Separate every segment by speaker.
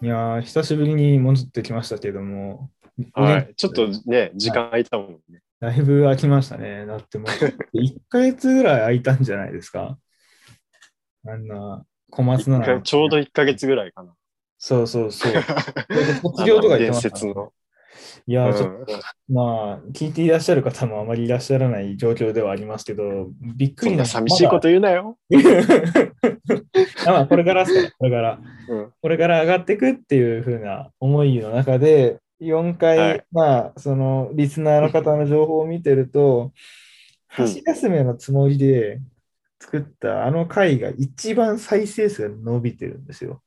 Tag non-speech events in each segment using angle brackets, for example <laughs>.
Speaker 1: やー、久しぶりに戻ってきましたけども、
Speaker 2: は
Speaker 1: ね
Speaker 2: い。ちょっとね、時間空いたもんね。
Speaker 1: だいぶ空きましたね。だっても
Speaker 2: <laughs>
Speaker 1: う、1ヶ月ぐらい空いたんじゃないですか。あんな、小松菜
Speaker 2: 一回
Speaker 1: 奈。
Speaker 2: ちょうど1ヶ月ぐらいかな。
Speaker 1: そうそう
Speaker 2: <laughs>
Speaker 1: そう。卒業とか言ってました
Speaker 2: あの伝説
Speaker 1: ね、
Speaker 2: の。
Speaker 1: いやー、ちょっと
Speaker 2: うん
Speaker 1: まあ、聞いていらっしゃる方もあまりいらっしゃらない状況ではありますけど、びっく
Speaker 2: そ
Speaker 1: り
Speaker 2: んな寂しいこと言うなよ。
Speaker 1: まだあこれからっすからこれから。
Speaker 2: うん
Speaker 1: これから上がっていくっていう風な思いの中で、4回、
Speaker 2: はい
Speaker 1: まあ、その、リスナーの方の情報を見てると、
Speaker 2: うん
Speaker 1: 箸休めのつもりで作ったあの回が一番再生数が伸びてるんですよ。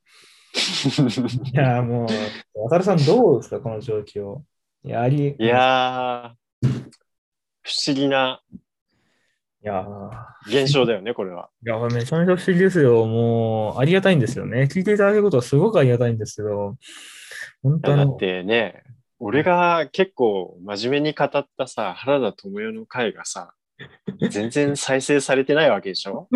Speaker 1: いやー、もう、渡るさんどうですか、この状況。いや、あり、
Speaker 2: いやー不思議ない
Speaker 1: やー
Speaker 2: 現象だよね、これは。
Speaker 1: いや、めちゃめちゃ不思議ですよ。もう、ありがたいんですよね。聞いていただけることはすごくありがたいんですけど、本
Speaker 2: いや
Speaker 1: 当あ
Speaker 2: だ
Speaker 1: の
Speaker 2: っ、てね、俺が結構真面目に語ったさ、原田知世の回がさ、全然再生されてないわけでしょ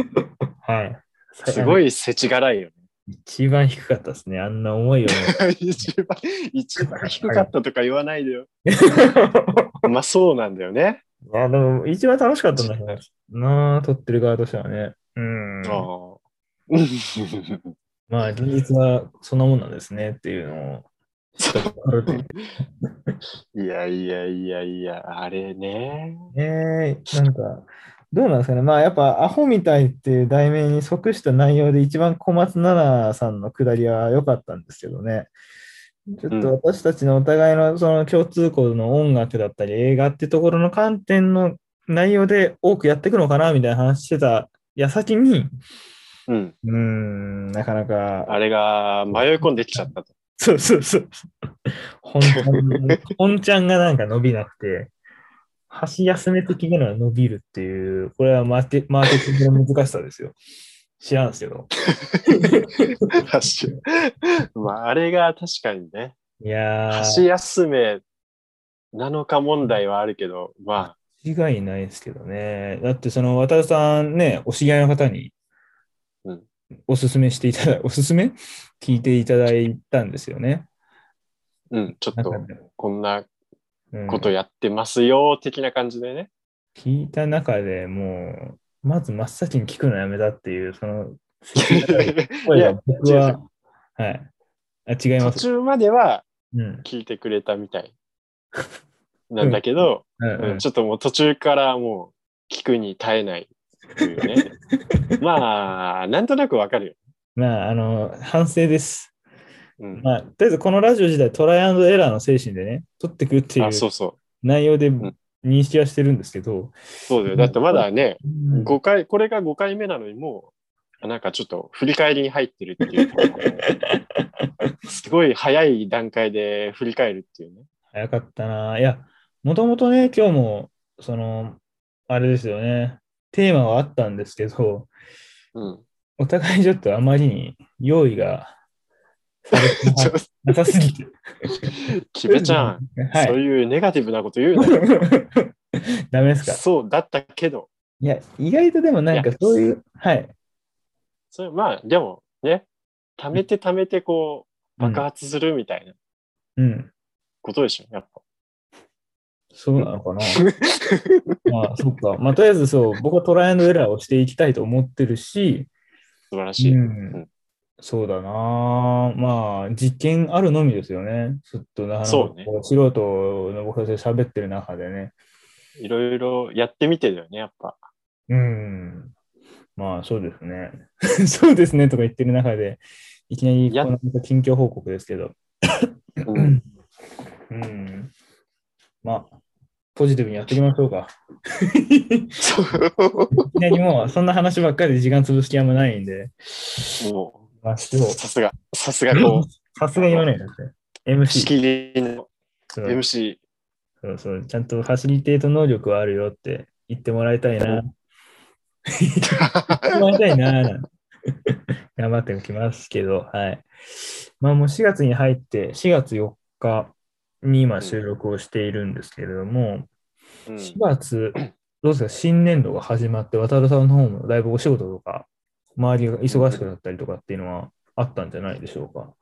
Speaker 1: はい。
Speaker 2: すご
Speaker 1: い。
Speaker 2: い世知辛いよね。
Speaker 1: 一番低かったですね。あんな思いをね。
Speaker 2: 一番、一番低かったとか言わないで <laughs> よ。まあそうなんだよね。
Speaker 1: <laughs> いや、でも、一番楽しかったんだけどなあ、撮ってる側としてはね。うん。
Speaker 2: あーうん
Speaker 1: まあ、現実はそんなもんなんですねっていうのを。ちょっと分かると
Speaker 2: いやいやいやいや、あれね。
Speaker 1: ねなんか、どうなんですかね。まあ、やっぱ、アホみたいっていう題名に即した内容で、一番小松菜奈さんのくだりは良かったんですけどね。ちょっと私たちのお互いのその共通項の音楽だったり映画ってところの観点の内容で多くやっていくのかなみたいな話してた矢先に、
Speaker 2: うん。
Speaker 1: うーん、なかな
Speaker 2: あ
Speaker 1: か、
Speaker 2: れが迷い込んできちゃったと。 <laughs>
Speaker 1: そうそうそう。本ちゃん、本ちゃんがなんか伸びなくて、箸休め的なのが伸びるっていう、これはマーケマーケティングの難しさですよ。知らんすけど。
Speaker 2: まあ、あれが確かにね、
Speaker 1: いや
Speaker 2: 箸
Speaker 1: ー、
Speaker 2: 休め7日問題はあるけど、ま
Speaker 1: 間違いないですけどね。だって、その、渡るさんね、お知り合いの方に
Speaker 2: うん、
Speaker 1: おすすめしていただ、おすすめ聞いていただいたんですよね。
Speaker 2: あ、うん、ちょっ
Speaker 1: なん
Speaker 2: と
Speaker 1: かね
Speaker 2: こんな
Speaker 1: うん
Speaker 2: ことやってますよ、的な感じでね。
Speaker 1: 聞いた中でもう、まず真っ先に聞くのやめたっていう、そ
Speaker 2: <laughs>
Speaker 1: の、
Speaker 2: <laughs> い
Speaker 1: 声
Speaker 2: や
Speaker 1: が、僕は、はい。あ、違い
Speaker 2: 途
Speaker 1: ます。
Speaker 2: 中までは
Speaker 1: うん。
Speaker 2: 聞いてくれたみた
Speaker 1: <laughs>
Speaker 2: いなんだけど、
Speaker 1: うん
Speaker 2: うん
Speaker 1: うん
Speaker 2: ちょっともう途中からもう聞くに耐えないっていう
Speaker 1: <laughs>
Speaker 2: ね。まあ、なんとなくわかるよ。
Speaker 1: まあ、あの、反省です。
Speaker 2: うん、
Speaker 1: まあ、とりあえずこのラジオ自体、トライアンドエラーの精神でね、取ってくってい
Speaker 2: あ、そううそう。
Speaker 1: 内容で
Speaker 2: ん
Speaker 1: 認識はしてるんですけど、
Speaker 2: そうだよ。だってまだね、
Speaker 1: うん
Speaker 2: 5回、これが5回目なのにもう、なんかちょっと振り返りに入ってるっていうところで。すごい早い段階で振り返るっていうね。
Speaker 1: 早かったな。いや、もともとね、今日も、その、あれですよね、テーマはあったんですけど、
Speaker 2: うん。
Speaker 1: お互いちょっとあまりに用意
Speaker 2: <laughs>
Speaker 1: がされてな
Speaker 2: ちょ
Speaker 1: さなさすぎて。
Speaker 2: キベちゃん、
Speaker 1: は
Speaker 2: そう
Speaker 1: い。
Speaker 2: いうネガティブなこと言
Speaker 1: <laughs>
Speaker 2: うなよ。
Speaker 1: ダメですか
Speaker 2: そうだったけど、
Speaker 1: いや、意外とでもなんか
Speaker 2: いや
Speaker 1: そういう、はい。
Speaker 2: それまあでもね、溜めて溜めてこう爆発するみたいな
Speaker 1: うん。
Speaker 2: ことでしょ、やっぱ。
Speaker 1: そうなの
Speaker 2: <laughs>
Speaker 1: かなまあ、そっか。まあ、とりあえずそう、僕はトライアンドエラーをしていきたいと思ってるし、
Speaker 2: 素晴らし
Speaker 1: う
Speaker 2: い。
Speaker 1: ん。そうだなあまあ、実験あるのみですよね。ちょっとなかなか
Speaker 2: そうね
Speaker 1: こう素人の僕たちで喋ってる中でね。
Speaker 2: いろいろやってみてだよね、やっぱ。
Speaker 1: うん。まあ、そうですね。 <laughs> そうですねとか言ってる中で、いきなり
Speaker 2: やっ
Speaker 1: この近況報告ですけど、
Speaker 2: うん、
Speaker 1: うん。まあ、ポジティブにやっていきましょうか。
Speaker 2: そう
Speaker 1: いきなりもう、そんな話ばっかりで時間潰す気あんまないんで、
Speaker 2: も
Speaker 1: まあ、そうう
Speaker 2: さすが、さすがこう、
Speaker 1: さすが言わないんだって。
Speaker 2: 仕
Speaker 1: MC。
Speaker 2: 切りの
Speaker 1: そう
Speaker 2: MC。
Speaker 1: そうそうちゃんとファシリテート能力はあるよって言ってもらいたい <laughs> な。頑張りたいななんて頑張っておきますけど、はい。まあもう4月に入って、4月4日に今収録をしているんですけれども、
Speaker 2: うん
Speaker 1: 4月、どうですか、新年度が始まって、渡るさんの方もだいぶお仕事とか、周りが忙しくなったりとかっていうのはあったんじゃないでしょうか。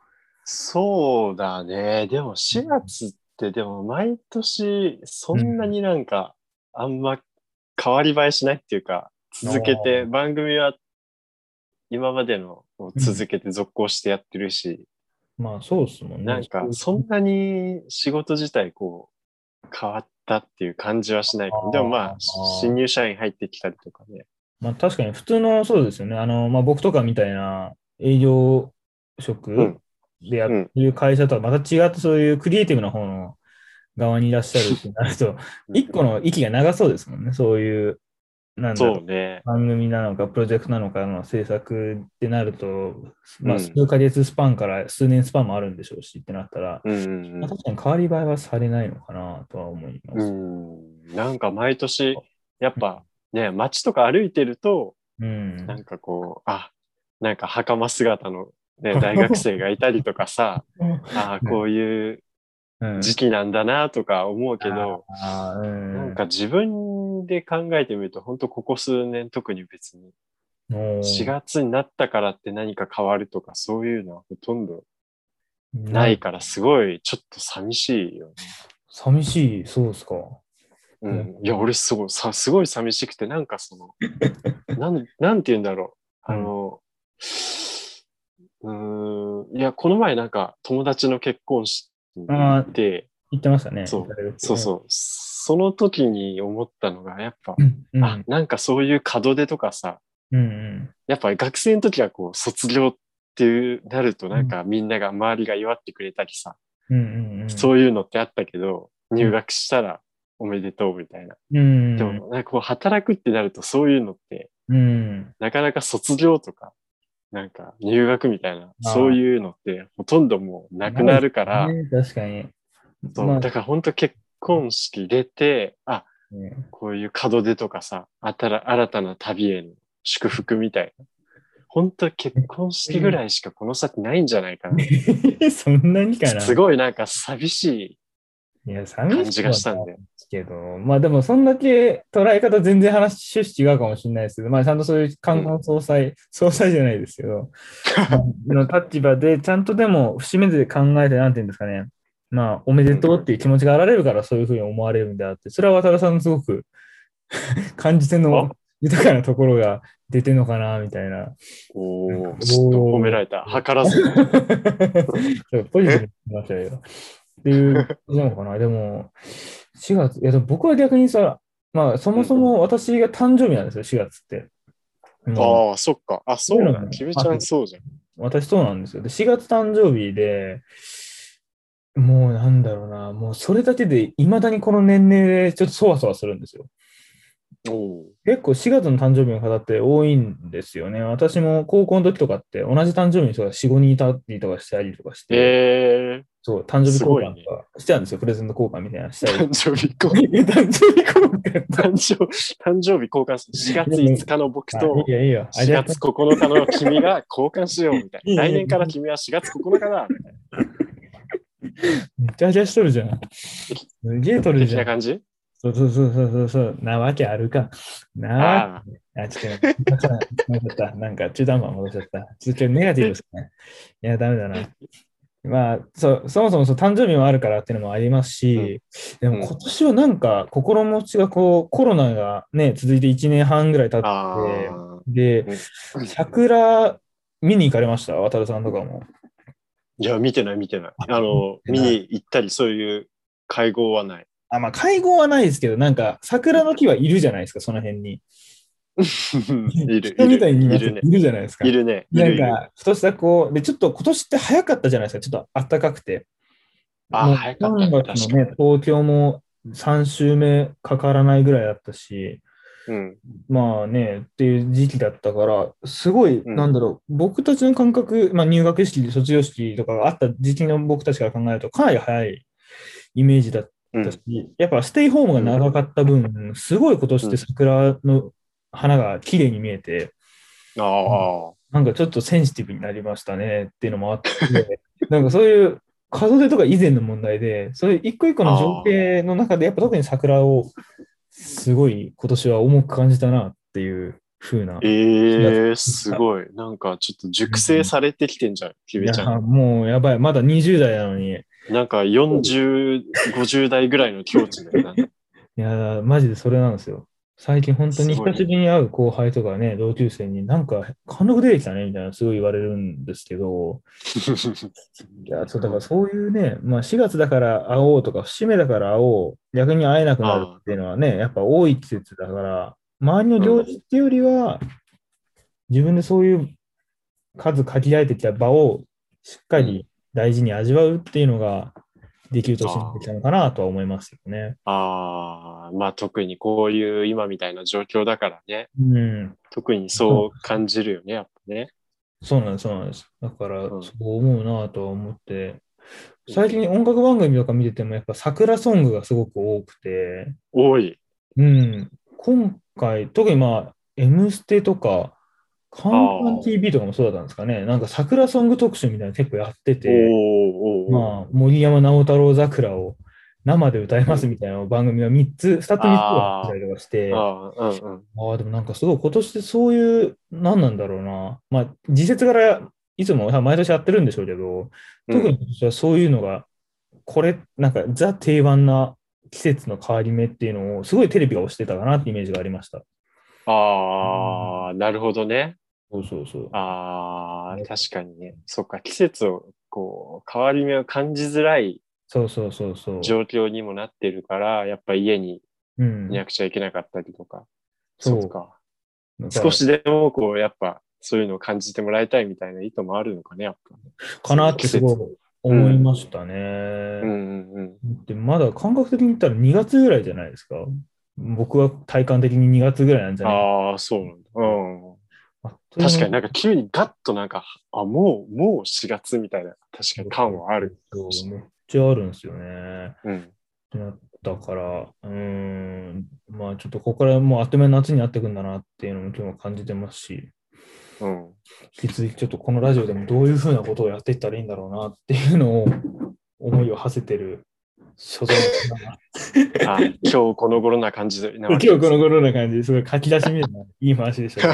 Speaker 2: そうだね。でも4月って、でも毎年そんなになんか、あんま変わり映えしないっていうか、続けて、番組は今までのを続けて続行してやってるし、
Speaker 1: まあそうですもんね。
Speaker 2: なんかそ
Speaker 1: ん
Speaker 2: んなに仕事自体こう変わったっていう感じはしないかも。でもまあ
Speaker 1: あ、ー
Speaker 2: 新入社員入ってきたりとかね。
Speaker 1: まあ確かに普通のそうですよね。あの、まあ僕とかみたいな営業職
Speaker 2: ん
Speaker 1: でやってる会社とはまた違ってそういうクリエイティブな方の側にいらっしゃるってなると、一個の息が長そうですもんね。そういう、なんだろう
Speaker 2: そうね。
Speaker 1: 番組なのか、プロジェクトなのかの制作ってなると、まあ、
Speaker 2: うん
Speaker 1: 数ヶ月スパンから数年スパンもあるんでしょうしってなったら、
Speaker 2: うんうん
Speaker 1: まあ確かに変わり映えはされないのかなとは思いま
Speaker 2: う
Speaker 1: す。
Speaker 2: ん、うんなんか毎年、やっぱね、街とか歩いてると、
Speaker 1: うん。
Speaker 2: なんかこう、あ、なんか袴姿の、
Speaker 1: <laughs>
Speaker 2: ね、大学生がいたりとかさ、あーこういう
Speaker 1: うん
Speaker 2: 時期なんだなとか思うけど、
Speaker 1: あーうん
Speaker 2: なんか自分で考えてみると、本当ここ数年特に別に、
Speaker 1: もう
Speaker 2: 4月になったからって何か変わるとか、そういうのはほとんどないから、すごいちょっと寂しいよね。
Speaker 1: 寂しい、そうですか。
Speaker 2: うん、いや、俺すごい、さすごい寂しくて、なんかそ <laughs> の、なん、なんて言うんだろう。あの、うーん、いや、この前なんか友達の結婚式に行って、
Speaker 1: 言ってましたね。
Speaker 2: そうそうそう、その時に思ったのが、やっぱ、
Speaker 1: うん。うん。
Speaker 2: あ、なんかそういう門出とかさ、
Speaker 1: うんうん。
Speaker 2: やっぱ学生の時はこう、卒業っていう、なるとなんかみんなが、周りが祝ってくれたりさ、
Speaker 1: うんうんうん。
Speaker 2: そういうのってあったけど、入学したらおめでとうみたいな。
Speaker 1: うん。
Speaker 2: でも、なんかこう働くってなるとそういうのって、
Speaker 1: うん。
Speaker 2: なかなか卒業とか、なんか入学みたいな、
Speaker 1: ああ
Speaker 2: そういうのってほとんどもうなくなるから、
Speaker 1: ね確かに。
Speaker 2: そう
Speaker 1: まあ
Speaker 2: だから本当結婚式出て、あ、
Speaker 1: ね <laughs>
Speaker 2: こういう門出とかさ、あたら新たな旅への祝福みたいな。本当結婚式ぐらいしかこの先ないんじゃないかな。
Speaker 1: そんなにかな。
Speaker 2: すごいなんか寂し
Speaker 1: いや、
Speaker 2: い
Speaker 1: 寂
Speaker 2: 感
Speaker 1: し
Speaker 2: じ
Speaker 1: いわ
Speaker 2: がしたんで。
Speaker 1: けど、まあでも、そんだけ捉え方全然話趣旨違うかもしれないですけど、まあちゃんとそういう冠婚葬祭、総裁じゃないですけど、の立場で、ちゃんとでも節目で考えて、なんていうんですかね、まあ、おめでとうっていう気持ちがあられるから、そういうふうに思われるんであって、それは渡辺さんのすごく <laughs> 感じての豊かなところが出てるのかな、みたいな。
Speaker 2: おお、ちょっと褒められた。図らずも。
Speaker 1: ちょっとポジティブになっちゃうよ。っていう感じなのかな。でも、4月、いやでも僕は逆にさ、まあ、そもそも私が誕生日なんですよ、4月って。もう
Speaker 2: ああ、そっか。あ、そう
Speaker 1: そうな
Speaker 2: だ。
Speaker 1: の
Speaker 2: キムちゃんそうじゃん。
Speaker 1: 私そうなんですよ。で、4月誕生日で、もうなんだろうな、もうそれだけで、いまだにこの年齢でちょっとそわそわするんですよ。
Speaker 2: おお。
Speaker 1: 結構4月の誕生日の方って多いんですよね。私も高校の時とかって、同じ誕生日の人が4、5人いたりとかしたりとかして、
Speaker 2: ええ
Speaker 1: そう、誕生日
Speaker 2: す
Speaker 1: 交
Speaker 2: ごい
Speaker 1: 換
Speaker 2: ね
Speaker 1: とかしてたんですよ、プレゼント交換みたいなのしたり
Speaker 2: 誕生日交換。
Speaker 1: <laughs> 誕生日交換
Speaker 2: 誕生誕生日交換する。4月5日の僕と
Speaker 1: いやいいよ。あ
Speaker 2: 4
Speaker 1: りがと
Speaker 2: 月9日の君が交換しようみたいな。
Speaker 1: いいね。
Speaker 2: 来年から君は4月9日だみたいう
Speaker 1: めっちゃはちゃしとるじゃん。すげえとる
Speaker 2: な的
Speaker 1: じゃ。
Speaker 2: なん感じ
Speaker 1: そうそうそうそうそうそう。なわけあるか。なわ
Speaker 2: ああ、
Speaker 1: けあ、 <laughs> ちょっと、戻っちゃった。なんか中途半端に戻っちゃった。ちょっとネガティブです <laughs> ね。いや、ダメだな。まあ、そうそもそもそう誕生日もあるからっていうのもありますし、
Speaker 2: ん
Speaker 1: でも今年はなんか心持ちがこうコロナがね続いて1年半ぐらい経って
Speaker 2: ああ。
Speaker 1: で
Speaker 2: うん
Speaker 1: 桜見に行かれました渡るさんとかも
Speaker 2: いや、見てない見てない。あの、
Speaker 1: 見て
Speaker 2: 見
Speaker 1: ない
Speaker 2: に行ったりそういう会合は
Speaker 1: <laughs>
Speaker 2: ない。
Speaker 1: あ、まあ、会合はないですけど、なんか、桜の木はいるじゃないですか、その辺に。
Speaker 2: いる。
Speaker 1: 人
Speaker 2: い
Speaker 1: みたいにい
Speaker 2: る
Speaker 1: ま
Speaker 2: い
Speaker 1: す
Speaker 2: るね。
Speaker 1: いるじゃないですか。
Speaker 2: いるね。い
Speaker 1: なん
Speaker 2: るいる。
Speaker 1: か、ふとしたこう、で、ちょっと今年って早かったじゃないですか、ちょっと暖かくて。
Speaker 2: あ
Speaker 1: もう
Speaker 2: 早かったね
Speaker 1: 3月のね、東京も3週目かからないぐらいだったし、
Speaker 2: うん。
Speaker 1: まあね、っていう時期だったから、すごい、
Speaker 2: うん
Speaker 1: なんだろう、僕たちの感覚、まあ、入学式、卒業式とかがあった時期の僕たちから考えると、かなり早いイメージだった
Speaker 2: うん
Speaker 1: だしやっぱステイホームが長かった分、すごい今年って桜の花が綺麗に見えて、
Speaker 2: ああ。
Speaker 1: なんかちょっとセンシティブになりましたねっていうのもあ
Speaker 2: <laughs>
Speaker 1: って、なんかそういう数出とか以前の問題で、そういう一個一個の情景の中で、やっぱ特に桜をすごい今年は重く感じたなっていう風な。
Speaker 2: ええすごい。なんかちょっと熟成されてきてんじゃん、き
Speaker 1: い
Speaker 2: べちゃ
Speaker 1: や
Speaker 2: ん。
Speaker 1: もうやばい。まだ20代なのに。い
Speaker 2: なんか40、50代ぐらいの境地だよな。
Speaker 1: や、マジでそれなんですよ。最近本当に
Speaker 2: すごいね
Speaker 1: 久しぶりに会う後輩とかね、同級生になんか貫禄出てきたねみたいなすごい言われるんですけど、いや、そうだからそういうね、まあ4月だから会おうとか、節目だから会おう、逆に会えなくなるっていうのはね、やっぱ多い季節だから、周りの行事っていうよりは、自分でそういう数限られてきた場をしっかり大事に味わうっていうのができる年になってきたのかなとは思いますよね。
Speaker 2: ああ、まあ特にこういう今みたいな状況だからね。
Speaker 1: うん。
Speaker 2: 特にそう感じるよね、やっぱね。
Speaker 1: そうなんです、そうなんです。だから、
Speaker 2: うん
Speaker 1: そう思うなとは思って、最近音楽番組とか見てても、やっぱ桜ソングがすごく多くて、
Speaker 2: 多い。
Speaker 1: うん、今回、特にまあ、M ステとか、カンカン TV とかもそうだったんですかね。なんか桜ソング特集みたいなの結構やって
Speaker 2: おー
Speaker 1: て、
Speaker 2: おーおー
Speaker 1: まあ、森山直太朗桜を生で歌いますみたいな番組が3つ、2つ3つがあったりとかして、あ
Speaker 2: ああ、うんうん。
Speaker 1: あ、でもなんかすごい今年ってそういう、何なんだろうな。まあ、時節からいつも毎年やってるんでしょうけど、
Speaker 2: うん
Speaker 1: 特に今年はそういうのが、これ、なんかザ定番な季節の変わり目っていうのを、すごいテレビが推してたかなってイメージがありました。
Speaker 2: ああ、なるほどね。
Speaker 1: そうそうそう。
Speaker 2: ああ、確かにね。そっか、季節を、こう、変わり目を感じづらい
Speaker 1: そうそうそうそう。
Speaker 2: 状況にもなってるから、やっぱ家に
Speaker 1: うん
Speaker 2: いなくちゃいけなかったりとか。
Speaker 1: そう
Speaker 2: そうか。
Speaker 1: だから
Speaker 2: 少しでも、こう、やっぱ、そういうのを感じてもらいたいみたいな意図もあるのかね、やっぱ。
Speaker 1: かなってすごい思いましたね。
Speaker 2: うんうんうん。
Speaker 1: でまだ感覚的に言ったら2月ぐらいじゃないですか。僕は体感的に2月ぐらいなんじゃない
Speaker 2: ああ、そうなんだ。うん。
Speaker 1: あ
Speaker 2: 確かになんか急にガッとなんか、あ、もう、もう4月みたいな、確かに感はある。。
Speaker 1: そうめっちゃあるんですよね。
Speaker 2: うん。
Speaker 1: ってなったから、うーん、まあちょっとここからもうあっという間に夏になってくんだなっていうのも今日は感じてますし、
Speaker 2: うん。
Speaker 1: 引き続きちょっとこのラジオでもどういうふうなことをやっていったらいいんだろうなっていうのを思いを馳せてる所存だな
Speaker 2: <laughs> あ、今日この頃な感じな
Speaker 1: 今
Speaker 2: わ
Speaker 1: 日
Speaker 2: けです
Speaker 1: この頃な感じですごい書き出しみたいないい話でしたね。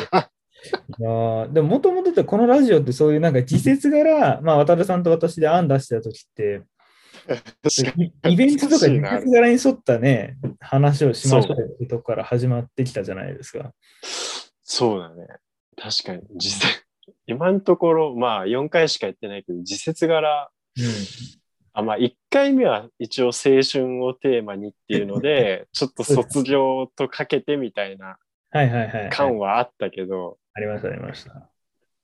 Speaker 1: いやーでももともとってこのラジオってそういうなんか時節柄、まあ、渡るさんと私で案出してた時って、
Speaker 2: 確か
Speaker 1: イベントとか
Speaker 2: 懐かし
Speaker 1: 時
Speaker 2: いな
Speaker 1: 節柄に沿ったね、話をしましょうってとこから始まってきたじゃないですか。
Speaker 2: そうだね。確かに、実際、今のところ、まあ4回しかやってないけど、時節柄、あ、まあ1回目は一応青春をテーマにっていうの <laughs> で、ちょっと卒業とかけてみたいな
Speaker 1: はいはいはい。
Speaker 2: 感はあったけど、
Speaker 1: ありましたありました。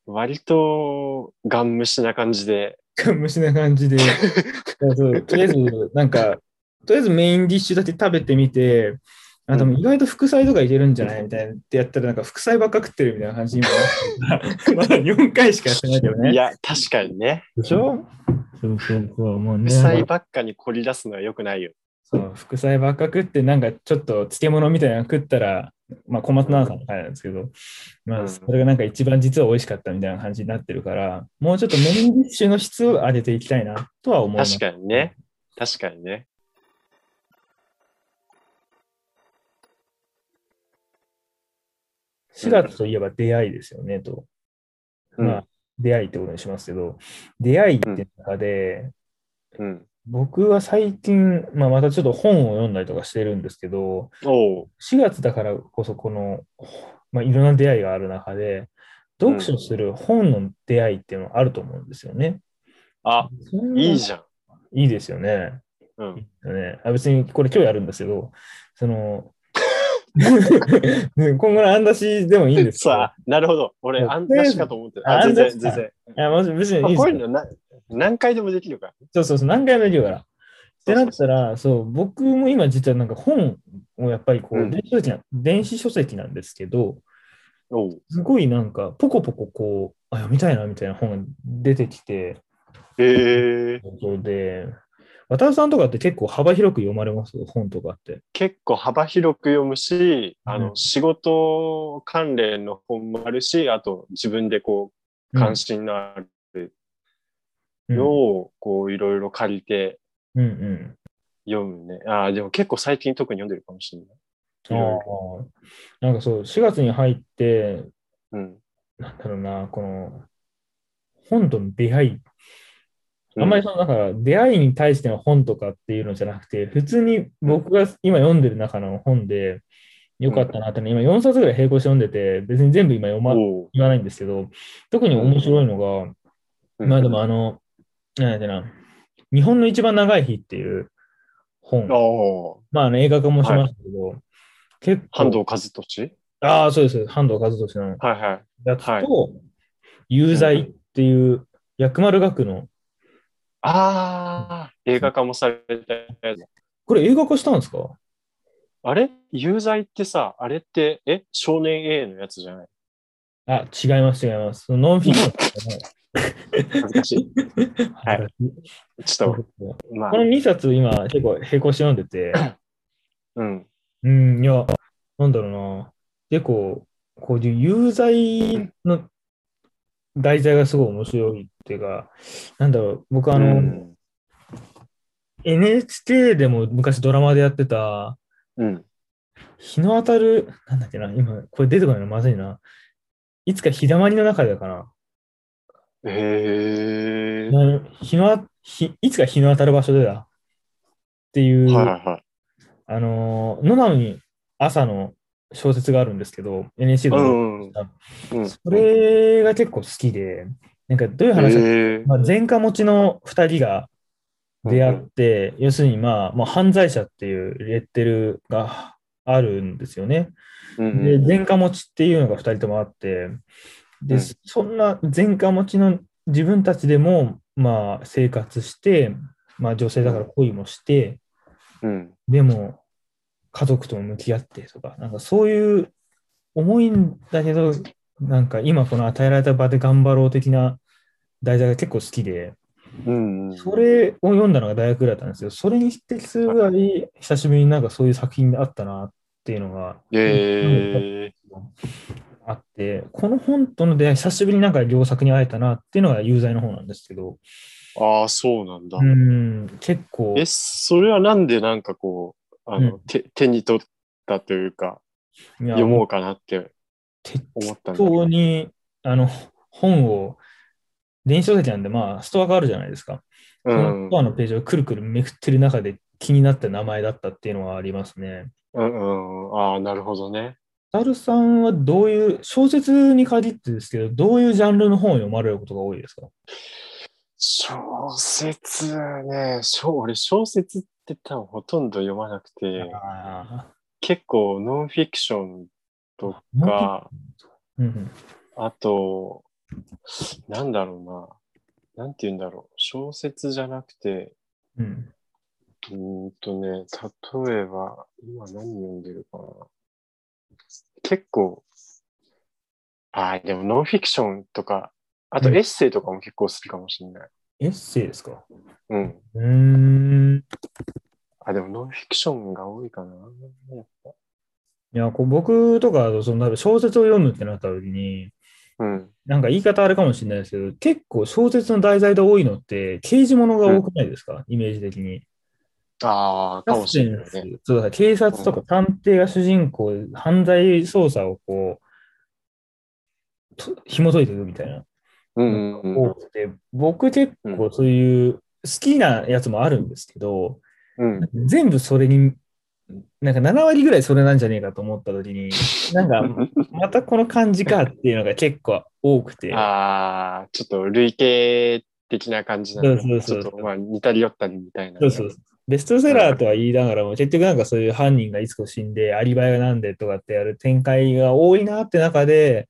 Speaker 2: 割とガン無視な感じで、
Speaker 1: 虫な感
Speaker 2: <laughs>
Speaker 1: じで。そうとりあえず、なんか、とりあえずメインディッシュだけ食べてみて、あ、でも意外と副菜とかいけるんじゃないみたいなってやったら、なんか副菜ばっか食ってるみたいな感じにもなってたまだ4回しかやってないけどね。
Speaker 2: いや、確かにね、
Speaker 1: でしょそうそうそう、もうね
Speaker 2: 負債ばっかに凝り出すのは良くないよ。
Speaker 1: そう副菜ばっか食って、なんかちょっと漬物みたいなの食ったら、まあ小松菜奈さんの回なんですけど、ま
Speaker 2: う
Speaker 1: あ
Speaker 2: ん
Speaker 1: それがなんか一番実は美味しかったみたいな感じになってるから、もうちょっとメインディッシュの質を上げていきたいなとは思います
Speaker 2: 確。かにね、確かにね。
Speaker 1: 4月といえば出会いですよね、と。
Speaker 2: うん
Speaker 1: まあ、出会いってことにしますけど、出会いって中で、
Speaker 2: うん。
Speaker 1: 僕は最近、まあ、またちょっと本を読んだりとかしてるんですけど、
Speaker 2: おう。
Speaker 1: 4月だからこそこの、まあ、いろんな出会いがある中で、読書する本の出会いっていうのはあると思うんですよね。
Speaker 2: あ、
Speaker 1: そんない
Speaker 2: い
Speaker 1: い
Speaker 2: じゃん。
Speaker 1: いですよね。
Speaker 2: うん。
Speaker 1: ねあ別にこれ今日やるんですけど、その、 <laughs> 今後の案出しでもいいんですけど
Speaker 2: さあ、なるほど。俺、
Speaker 1: うん
Speaker 2: あんなしかと思ってた。
Speaker 1: あ
Speaker 2: あ、全然、
Speaker 1: 安出
Speaker 2: 全
Speaker 1: し
Speaker 2: 然。
Speaker 1: いや、まず別にいい
Speaker 2: まあ
Speaker 1: です
Speaker 2: こうい
Speaker 1: よ
Speaker 2: うのな何回でもできるから。
Speaker 1: そうそうそう、何回もできるから。ってなったら、そう、僕も今実はなんか本をやっぱりこ
Speaker 2: う
Speaker 1: う、
Speaker 2: ん
Speaker 1: 電子書籍な、電子書籍なんですけど、
Speaker 2: おう
Speaker 1: すごいなんか、ポコポコこう、あ、読みたいなみたいな本が出てきて、
Speaker 2: えー、
Speaker 1: そうで、渡辺さんとかって結構幅広く読まれます本とかって。
Speaker 2: 結構幅広く読むし、あ
Speaker 1: う
Speaker 2: の、仕事関連の本もあるし、あと自分でこう、関心のある
Speaker 1: うん
Speaker 2: のを、こう、いろいろ借りて
Speaker 1: うんうん。
Speaker 2: 読むね。ああ、でも結構最近特に読んでるかもしれない。いろいろ。
Speaker 1: なんかそう、4月に入って、
Speaker 2: うん。
Speaker 1: なんだろうな、この、本との出会い。あんまりその、だから、出会いに対しての本とかっていうのじゃなくて、普通に僕が今読んでる中の本で、よかったなって、ね、今4冊ぐらい並行して読んでて、別に全部今読ま、
Speaker 2: おう
Speaker 1: 言わないんですけど、特に面白いのが、
Speaker 2: うん
Speaker 1: まあでもあの、なんやってな、日本の一番長い日っていう本、
Speaker 2: おう
Speaker 1: まああの映画化もしましたけど、結構、
Speaker 2: 半藤和俊
Speaker 1: ああ、そうです、半藤和俊の
Speaker 2: はいはい。
Speaker 1: やつと、
Speaker 2: はい
Speaker 1: 有罪っていう薬丸学の、
Speaker 2: ああ、映画化もされたやつ。
Speaker 1: これ映画化したんですか
Speaker 2: あれ有罪ってさ、あれって、え少年 A のやつじゃない
Speaker 1: あ、違います、違います。そのノンフィクションですね
Speaker 2: 恥ずかしい。
Speaker 1: <laughs>
Speaker 2: <laughs> はい
Speaker 1: はい
Speaker 2: ちょっ、
Speaker 1: こと
Speaker 2: まあ、
Speaker 1: の2冊、今、結構並行して読んでて、
Speaker 2: うん。
Speaker 1: うん、いや、なんだろうな。結構、こういう有罪の題材がすごい面白いっていうか、なんだろう、僕あの、
Speaker 2: うん、
Speaker 1: NHK でも昔ドラマでやってた、
Speaker 2: うん。
Speaker 1: 日の当たる、なんだっけな、今、これ出てこないのまずいな。いつか日だまりの中だかな。
Speaker 2: へえ。
Speaker 1: な日のあ日いつか日の当たる場所でだ。っていう、
Speaker 2: はいはいはい。
Speaker 1: あの、野波に朝の小説があるんですけど、NHK で
Speaker 2: う
Speaker 1: も
Speaker 2: んうんうん。
Speaker 1: それが結構好きで、なんかどういう話か、
Speaker 2: へー
Speaker 1: まあ、前科持ちの2人が出会って、要するにまあ、もう犯罪者っていうレッテルがあるんですよね。
Speaker 2: うんうん
Speaker 1: で、前科持ちっていうのが2人ともあって、
Speaker 2: う
Speaker 1: で、
Speaker 2: ん
Speaker 1: そんな前科持ちの自分たちでも、まあ、生活して、まあ、女性だから恋もして、
Speaker 2: うん。
Speaker 1: でも、家族とも向き合ってとか、なんかそういう重いんだけど、なんか今この与えられた場で頑張ろう的な題材が結構好きで、
Speaker 2: うんうん。
Speaker 1: それを読んだのが大学だったんですよ。それに匹敵するぐらい久しぶりになんかそういう作品があったなっていうのが
Speaker 2: へえ。
Speaker 1: あって、この本との出会い、久しぶりになんか良作に会えたなっていうのが有罪の方なんですけど、
Speaker 2: ああ、そうなんだ
Speaker 1: う。ん、結構、
Speaker 2: え、それはなんでなんかこう、あの、
Speaker 1: うん
Speaker 2: 手手に取ったというか、
Speaker 1: いや
Speaker 2: 読もうかなって
Speaker 1: 適
Speaker 2: 思ったんだけ
Speaker 1: 当
Speaker 2: ど。
Speaker 1: にあの本を電子書籍なんで、まあ、ストアがあるじゃないですか。
Speaker 2: う
Speaker 1: その
Speaker 2: ん
Speaker 1: ストアのページをくるくるめくってる中で気になった名前だったっていうのはありますね。
Speaker 2: うんうん。ああ、なるほどね。
Speaker 1: タルさんはどういう、小説に限ってですけど、どういうジャンルの本を読まれることが多いですか
Speaker 2: 小説ね、小俺小説って多分ほとんど読まなくて、
Speaker 1: あ
Speaker 2: 結構ノンフィクションと
Speaker 1: ノンフィ
Speaker 2: か、
Speaker 1: ーうん
Speaker 2: あと、なんだろうな。なんて言うんだろう。小説じゃなくて、
Speaker 1: うんうん
Speaker 2: うーんとね、例えば、今何読んでるかな。結構、あーでもノンフィクションとか、あと
Speaker 1: うん
Speaker 2: エッセイとかも結構好きかもしれない。
Speaker 1: エッセイですか
Speaker 2: うん。
Speaker 1: うーん。
Speaker 2: あ、でもノンフィクションが多いかな。
Speaker 1: いや、こう僕とか、その小説を読むってなった時に、
Speaker 2: うん。
Speaker 1: なんか言い方あれかもしれないですけど、結構小説の題材で多いのって、刑事ものが多くないですか、イメージ的に。
Speaker 2: ああ、かもしれないね。
Speaker 1: そうだから警察とか探偵が主人公で、犯罪捜査をこう、と紐解いていくみたいな。
Speaker 2: うんうんうん。
Speaker 1: 多くて、僕結構そういう好きなやつもあるんですけど、
Speaker 2: うん。
Speaker 1: 全部それに、なんか7割ぐらいそれなんじゃねえかと思った時に、なん
Speaker 2: <laughs>
Speaker 1: かまたこの感じかっていうのが結構多くて。
Speaker 2: ああ、ちょっと類型的な感じなのね
Speaker 1: そうそうそう
Speaker 2: ちょっとまあ似たり寄ったりみたいな。
Speaker 1: そうそうそう。ベストセラーとは言いながらも、結局なんかそういう犯人がいつか死んで、アリバイがなんでとかってやる展開が多いなって中で、
Speaker 2: うん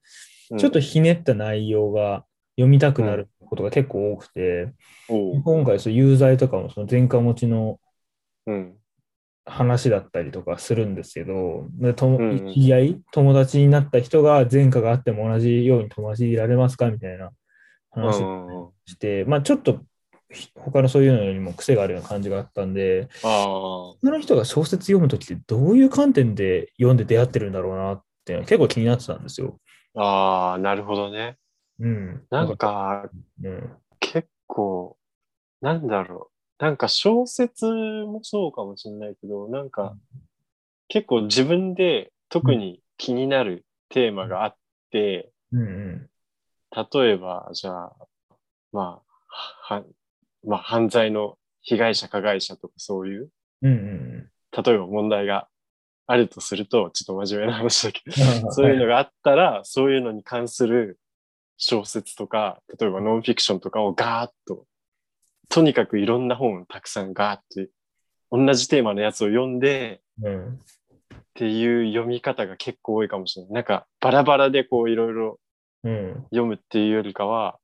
Speaker 1: ちょっとひねった内容が読みたくなることが結構多くて、
Speaker 2: おう
Speaker 1: 今回そう有罪とかもその前科持ちの
Speaker 2: うん。
Speaker 1: 話だったりとかするんですけど、でとも
Speaker 2: うんうん
Speaker 1: 知り合い、友達になった人が前科があっても同じように友達でいられますかみたいな
Speaker 2: うん
Speaker 1: 話
Speaker 2: う
Speaker 1: を
Speaker 2: んうん。
Speaker 1: して、まあちょっとひ他のそういうのよりも癖があるような感じがあったんで、
Speaker 2: あ
Speaker 1: 他の人が小説読むときってどういう観点で読んで出会ってるんだろうなっていうのは結構気になってたんですよ。
Speaker 2: あ、ああ、なるほどね。
Speaker 1: うん。
Speaker 2: なん、か
Speaker 1: うん、
Speaker 2: 結構、なんだろう。なんか小説もそうかもしれないけど、なんか結構自分で特に気になるテーマがあって、
Speaker 1: うんうん。
Speaker 2: 例えば、じゃあ、まあ、は、まあ、犯罪の被害者、加害者とかそういう、
Speaker 1: うんうん
Speaker 2: 例えば問題があるとすると、ちょっと真面目な話だけど、
Speaker 1: うん。
Speaker 2: <laughs> そういうのがあったら、そういうのに関する小説とか、例えばノンフィクションとかをガーッと、とにかくいろんな本をたくさんガーッと、同じテーマのやつを読んで、
Speaker 1: <laughs> うん
Speaker 2: っていう読み方が結構多いかもしれない。なんか、バラバラでこういろいろ
Speaker 1: うん。
Speaker 2: 読むっていうよりかは、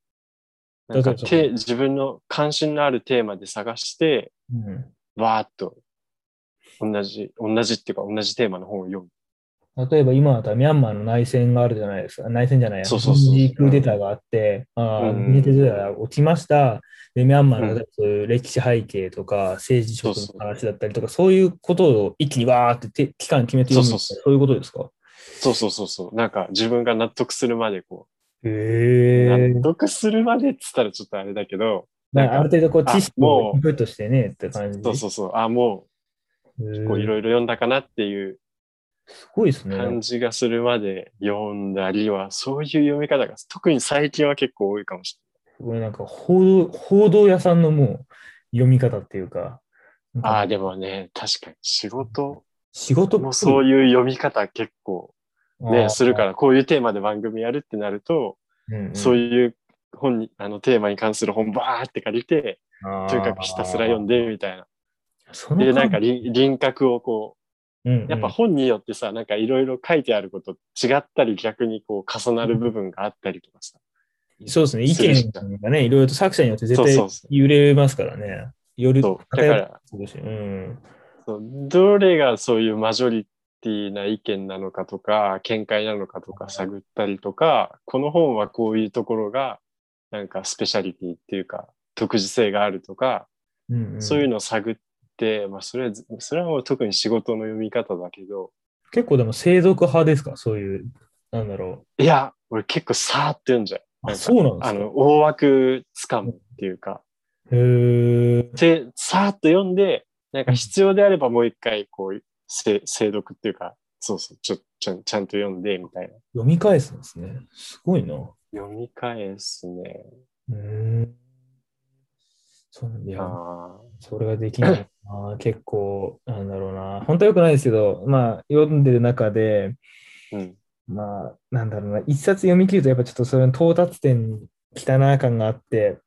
Speaker 2: なんか
Speaker 1: 例えば
Speaker 2: て自分の関心のあるテーマで探して、
Speaker 1: うん
Speaker 2: わーっと、同じ、同じっていうか同じテーマの本を読む。
Speaker 1: 例えば今だったらミャンマーの内戦があるじゃないですか。内戦じゃないや。
Speaker 2: そうそうそう
Speaker 1: 軍事クーデターがあって、ああ
Speaker 2: うん
Speaker 1: 軍事クーデターが起きました。で、ミャンマー
Speaker 2: う
Speaker 1: の
Speaker 2: ん
Speaker 1: 例えばそういう歴史背景とか、政治色
Speaker 2: そうそう
Speaker 1: の話だったりとか、そういうことを一気にわーってて期間決めて読むみたいな
Speaker 2: そうそう
Speaker 1: そういうことですか
Speaker 2: そうそうそうそう。なんか自分が納得するまでこ
Speaker 1: へ
Speaker 2: う、
Speaker 1: え
Speaker 2: 納。得するまでっつったらちょっとあれだけど、
Speaker 1: なんかある程度こう
Speaker 2: あ
Speaker 1: 知識
Speaker 2: も
Speaker 1: を
Speaker 2: う
Speaker 1: インプットしてねって感じ。
Speaker 2: そうそうそう、あ、も
Speaker 1: へ
Speaker 2: う
Speaker 1: ー
Speaker 2: こういろいろ読んだかなっていう
Speaker 1: すごいですね。
Speaker 2: 感じがするまで読んだりは、そういう読み方が、特に最近は結構多いかもし
Speaker 1: すごいなんか報道、報道屋さんのもう読み方っていうか、
Speaker 2: れない。ああー、でもね、確かに仕事
Speaker 1: 仕事
Speaker 2: もそう
Speaker 1: い
Speaker 2: いう読み方結構
Speaker 1: う、
Speaker 2: ね、するからら、こういうテーマで番組やるってなると、
Speaker 1: うんうん
Speaker 2: そういう本に、あの、テーマに関する本バーって借りて、とにかくひたすら読んで、みたいな。
Speaker 1: あーその
Speaker 2: で、なん
Speaker 1: 間
Speaker 2: かり輪郭をこ
Speaker 1: うんうん
Speaker 2: う、やっぱ本によってさ、なんかいろいろ書いてあること違ったり逆にこう重なる部分があったりとかさ。
Speaker 1: そうですね、意
Speaker 2: するしか
Speaker 1: 見がね、いろいろと作者によって絶
Speaker 2: そう
Speaker 1: 対
Speaker 2: そ
Speaker 1: 揺れますからね。より
Speaker 2: そう。だ
Speaker 1: 偏
Speaker 2: か
Speaker 1: って
Speaker 2: ら、
Speaker 1: くるしうん。
Speaker 2: そうどれがそういうマジョリティな意見なのかとか、見解なのかとか探ったりとか、この本はこういうところが、なんかスペシャリティっていうか、独自性があるとか、
Speaker 1: うんうん
Speaker 2: そういうのを探って、まあ、それはず、それはもう特に仕事の読み方だけど、
Speaker 1: 結構でも世俗派ですかそういう、なんだろ
Speaker 2: いや、俺結構さーって読んじゃう。
Speaker 1: う。
Speaker 2: なん
Speaker 1: あ、
Speaker 2: か
Speaker 1: そうなんで
Speaker 2: あ
Speaker 1: すか
Speaker 2: の、大枠つかむっていうか、
Speaker 1: へえ。
Speaker 2: で、さーっと読んで、なんか必要であればもう一回、こう、せ精読っていうか、そうそう、ちょ、ちゃん、ちゃんと読んで、みたいな。
Speaker 1: 読み返すんですね。すごいな。う
Speaker 2: 読み返すね。
Speaker 1: ーん。そうなんだよ。
Speaker 2: あ
Speaker 1: それができない <laughs> な。結構、なんだろうな。本当は良くないですけど、まあ、読んでる中で、
Speaker 2: ーうん。
Speaker 1: まあ、なんだろうな。一冊読み切ると、やっぱちょっとそれの到達点に汚い感があって、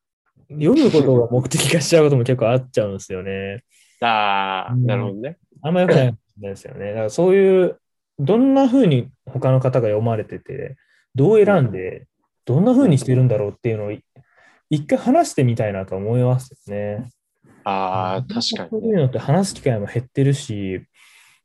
Speaker 1: 読むことが目的化しちゃうことも結構あっちゃうんですよね。
Speaker 2: ああ、
Speaker 1: うん
Speaker 2: なるほどね。
Speaker 1: あんま良くないんですよね。だからそういう、どんな風に他の方が読まれてて、どう選んで、どんな風にしてるんだろうっていうのを、一回話してみたいなと思いますよね。
Speaker 2: ああ、確か
Speaker 1: そう
Speaker 2: に
Speaker 1: いう
Speaker 2: ね。
Speaker 1: のって話す機会も減ってるし、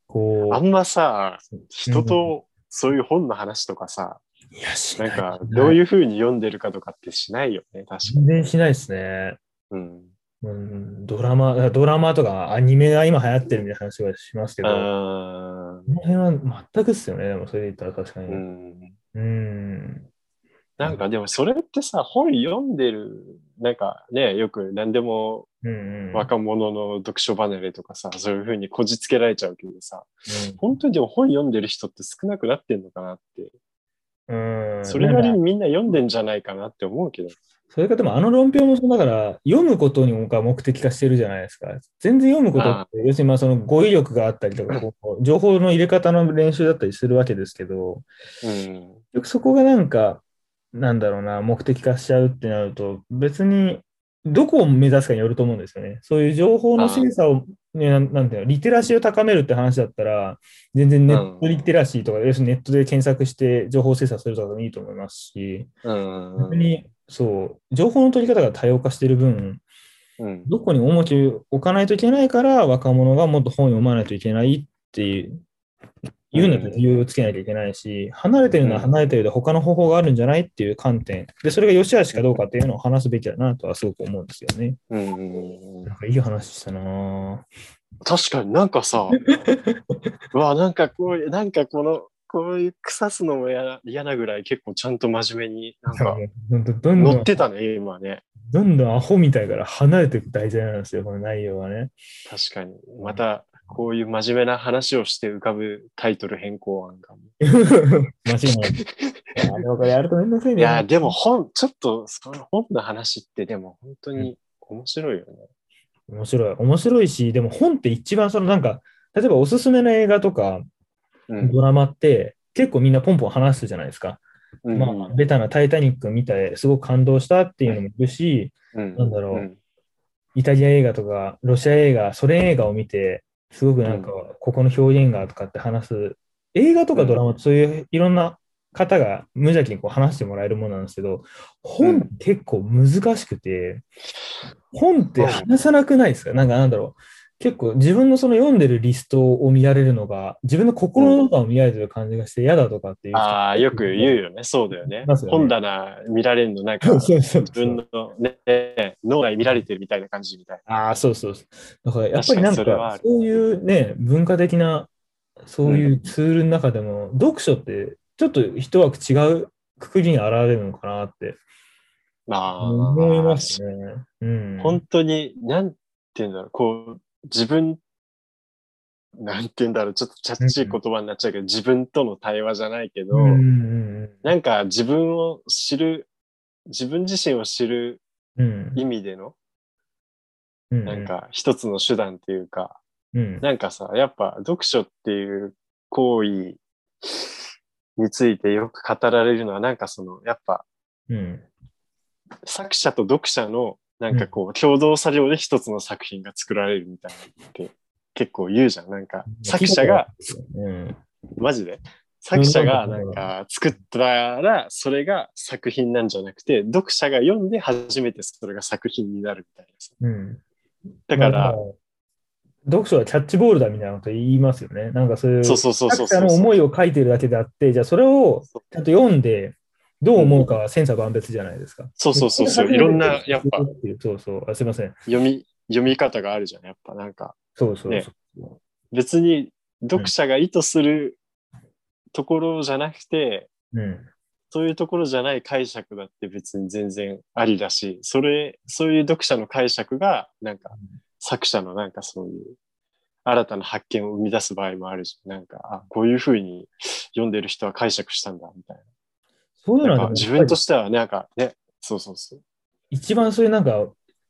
Speaker 1: こう。
Speaker 2: あんまさ、
Speaker 1: そう
Speaker 2: 人とそういう本の話とかさ、
Speaker 1: いや、しな。
Speaker 2: ないんか、どう
Speaker 1: う。
Speaker 2: いう風に読んでるかとかってしないよね、確か
Speaker 1: 全
Speaker 2: に。
Speaker 1: 然しないですね。
Speaker 2: うん。
Speaker 1: うん、ドラマ、ドラマとかアニメが今流行ってるみたいな話はしますけど、
Speaker 2: あ
Speaker 1: この辺は全くっすよね。でもそれで言ったら確かに。
Speaker 2: ー
Speaker 1: う。
Speaker 2: うんん。なんか、でもそれってさ、本読んでる、なんかね、よく何でも
Speaker 1: うんうん。
Speaker 2: 若者の読書離れとかさ、そういう風にこじつけられちゃうけどさ、
Speaker 1: る。
Speaker 2: 本当にでも本読んでる人って少なくなってんのかなって、
Speaker 1: うん。
Speaker 2: それな
Speaker 1: な
Speaker 2: り
Speaker 1: んか
Speaker 2: にみんな読んでんじゃないかなって思うけど。
Speaker 1: それか、でもあの論評もそうだから、読むことが目的化してるじゃないですか。全然読むことって、要するにまあその語彙力があったりとか、こう情報の入れ方の練習だったりするわけですけど、
Speaker 2: うん。
Speaker 1: 結局そこがなんか、なんだろうな、目的化しちゃうってなると、別にどこを目指すかによると思うんですよね。そういう情報の精査を、ね、なんなんていうの、リテラシーを高めるって話だったら、全然ネットリテラシーとか、要するにネットで検索して情報精査するとかでもいいと思いますし、
Speaker 2: うん。
Speaker 1: 逆にそう、情報の取り方が多様化している分、
Speaker 2: うん。
Speaker 1: どこに重きを置かないといけないから、若者がもっと本を読まないといけないっていう、言うんだったら理由をつけなきゃいけないし、離れてるのは離れてるで他の方法があるんじゃないっていう観点、で、それが良し悪しかどうかっていうのを話すべきだなとはすごく思うんですよね。
Speaker 2: うん。
Speaker 1: なんかいい話したなぁ。
Speaker 2: 確かになん
Speaker 1: <laughs>
Speaker 2: かさ、うわ、なんかこういう、なんかこの、こういう腐すのも嫌な嫌なぐらい結構ちゃんと真面目に、なんか
Speaker 1: 本当どんど
Speaker 2: 乗
Speaker 1: ん
Speaker 2: っ、てたね、今ね。 <laughs>
Speaker 1: どんどんアホみたいから離れていく題材なんですよ、この内容はね。
Speaker 2: 確かに。また、こういう真面目な話をして浮かぶタイトル変更案が。
Speaker 1: 間違いない。いやでもこれやるとめんどくさい
Speaker 2: い
Speaker 1: ね。
Speaker 2: や、でも本、ちょっと、その本の話ってでも本当に面白いよね。
Speaker 1: 面白い。面白いし、でも本って一番そのなんか、例えばおすすめの映画とか
Speaker 2: うん。
Speaker 1: ドラマって結構みんなポンポン話すじゃないですか。
Speaker 2: うん
Speaker 1: まあ、ベタなタイタニック見てすごく感動したっていうのもいるし、
Speaker 2: うん
Speaker 1: なんだろう
Speaker 2: うん
Speaker 1: イタリア映画とかロシア映画、ソ連映画を見て、すごくなんかここの表現がとかって話す、映画とかドラマそういういろんな方が無邪気にこう話してもらえるものなんですけど、
Speaker 2: う
Speaker 1: 本
Speaker 2: ん
Speaker 1: 結構難しくて、本って話さなくないですかなんかなんだろう。結構自分のその読んでるリストを見られるのが、自分の心の中を見られてる感じがして嫌だとかっていう人。
Speaker 2: ああ、よく言うよね。そうだよね。
Speaker 1: ますよね
Speaker 2: 本棚見られるの、なんか、
Speaker 1: <laughs> そう
Speaker 2: 自
Speaker 1: そうそうそう
Speaker 2: 分の、ね、脳内見られてるみたいな感じみたい
Speaker 1: ああ、そうそうそう。だからやっぱりなん
Speaker 2: 確かにそれは
Speaker 1: か
Speaker 2: あ、る
Speaker 1: そういうね、文化的な、そういうツールの中でも、読書ってちょっと一枠違うくくりに現れるのかなって
Speaker 2: な。まあ、
Speaker 1: 思いますね。うん。
Speaker 2: 本当に、なんて言うんだろう、こう、自分、なんて言うんだろう、ちょっとチャッチい言葉になっちゃうけど、自分との対話じゃないけど、
Speaker 1: うんうん
Speaker 2: なんか自分を知る、自分自身を知る
Speaker 1: うん。
Speaker 2: 意味での、
Speaker 1: うん。
Speaker 2: なんか一つの手段っていうか、
Speaker 1: うん、
Speaker 2: なんかさ、やっぱ読書っていう行為についてよく語られるのは、なんかその、やっぱ
Speaker 1: うん。
Speaker 2: 作者と読者の、なんかこう、共同作業で一つの作品が作られるみたいなのって結構言うじゃん。なんか、作者が、、
Speaker 1: うん。
Speaker 2: マジで作者が
Speaker 1: うん
Speaker 2: なんか作ったら、それが作品なんじゃなくて、読者が読んで初めてそれが作品になるみたいなさ。
Speaker 1: うん。
Speaker 2: だか
Speaker 1: まあ
Speaker 2: ら、、
Speaker 1: 読書はキャッチボールだみたいなこと言いますよね。なんかそういう、
Speaker 2: そうそうそうそう
Speaker 1: 作
Speaker 2: そ
Speaker 1: 者
Speaker 2: う。
Speaker 1: の思いを書いてるだけであって、じゃあそれをちゃんと読んで、どう思うかは千差万別じゃないですか。
Speaker 2: そうそうそう
Speaker 1: <laughs>
Speaker 2: そう。いろんな、やっぱ、
Speaker 1: そうそう。あすいません。
Speaker 2: 読み、読み方があるじゃん。やっぱなんか、
Speaker 1: そうそうそう。
Speaker 2: ね別に読者が意図するところじゃなくて、
Speaker 1: うん。
Speaker 2: そういうところじゃない解釈だって別に全然ありだし、それ、そういう読者の解釈が、なんか作者のなんかそういう新たな発見を生み出す場合もあるし、なんか、あ、こういうふうに読んでる人は解釈したんだ、みたい
Speaker 1: そういう
Speaker 2: な。
Speaker 1: の
Speaker 2: な
Speaker 1: は
Speaker 2: ん
Speaker 1: で
Speaker 2: か
Speaker 1: も
Speaker 2: 自分としてはなんかね、そうそうそう。
Speaker 1: 一番そういうなんか、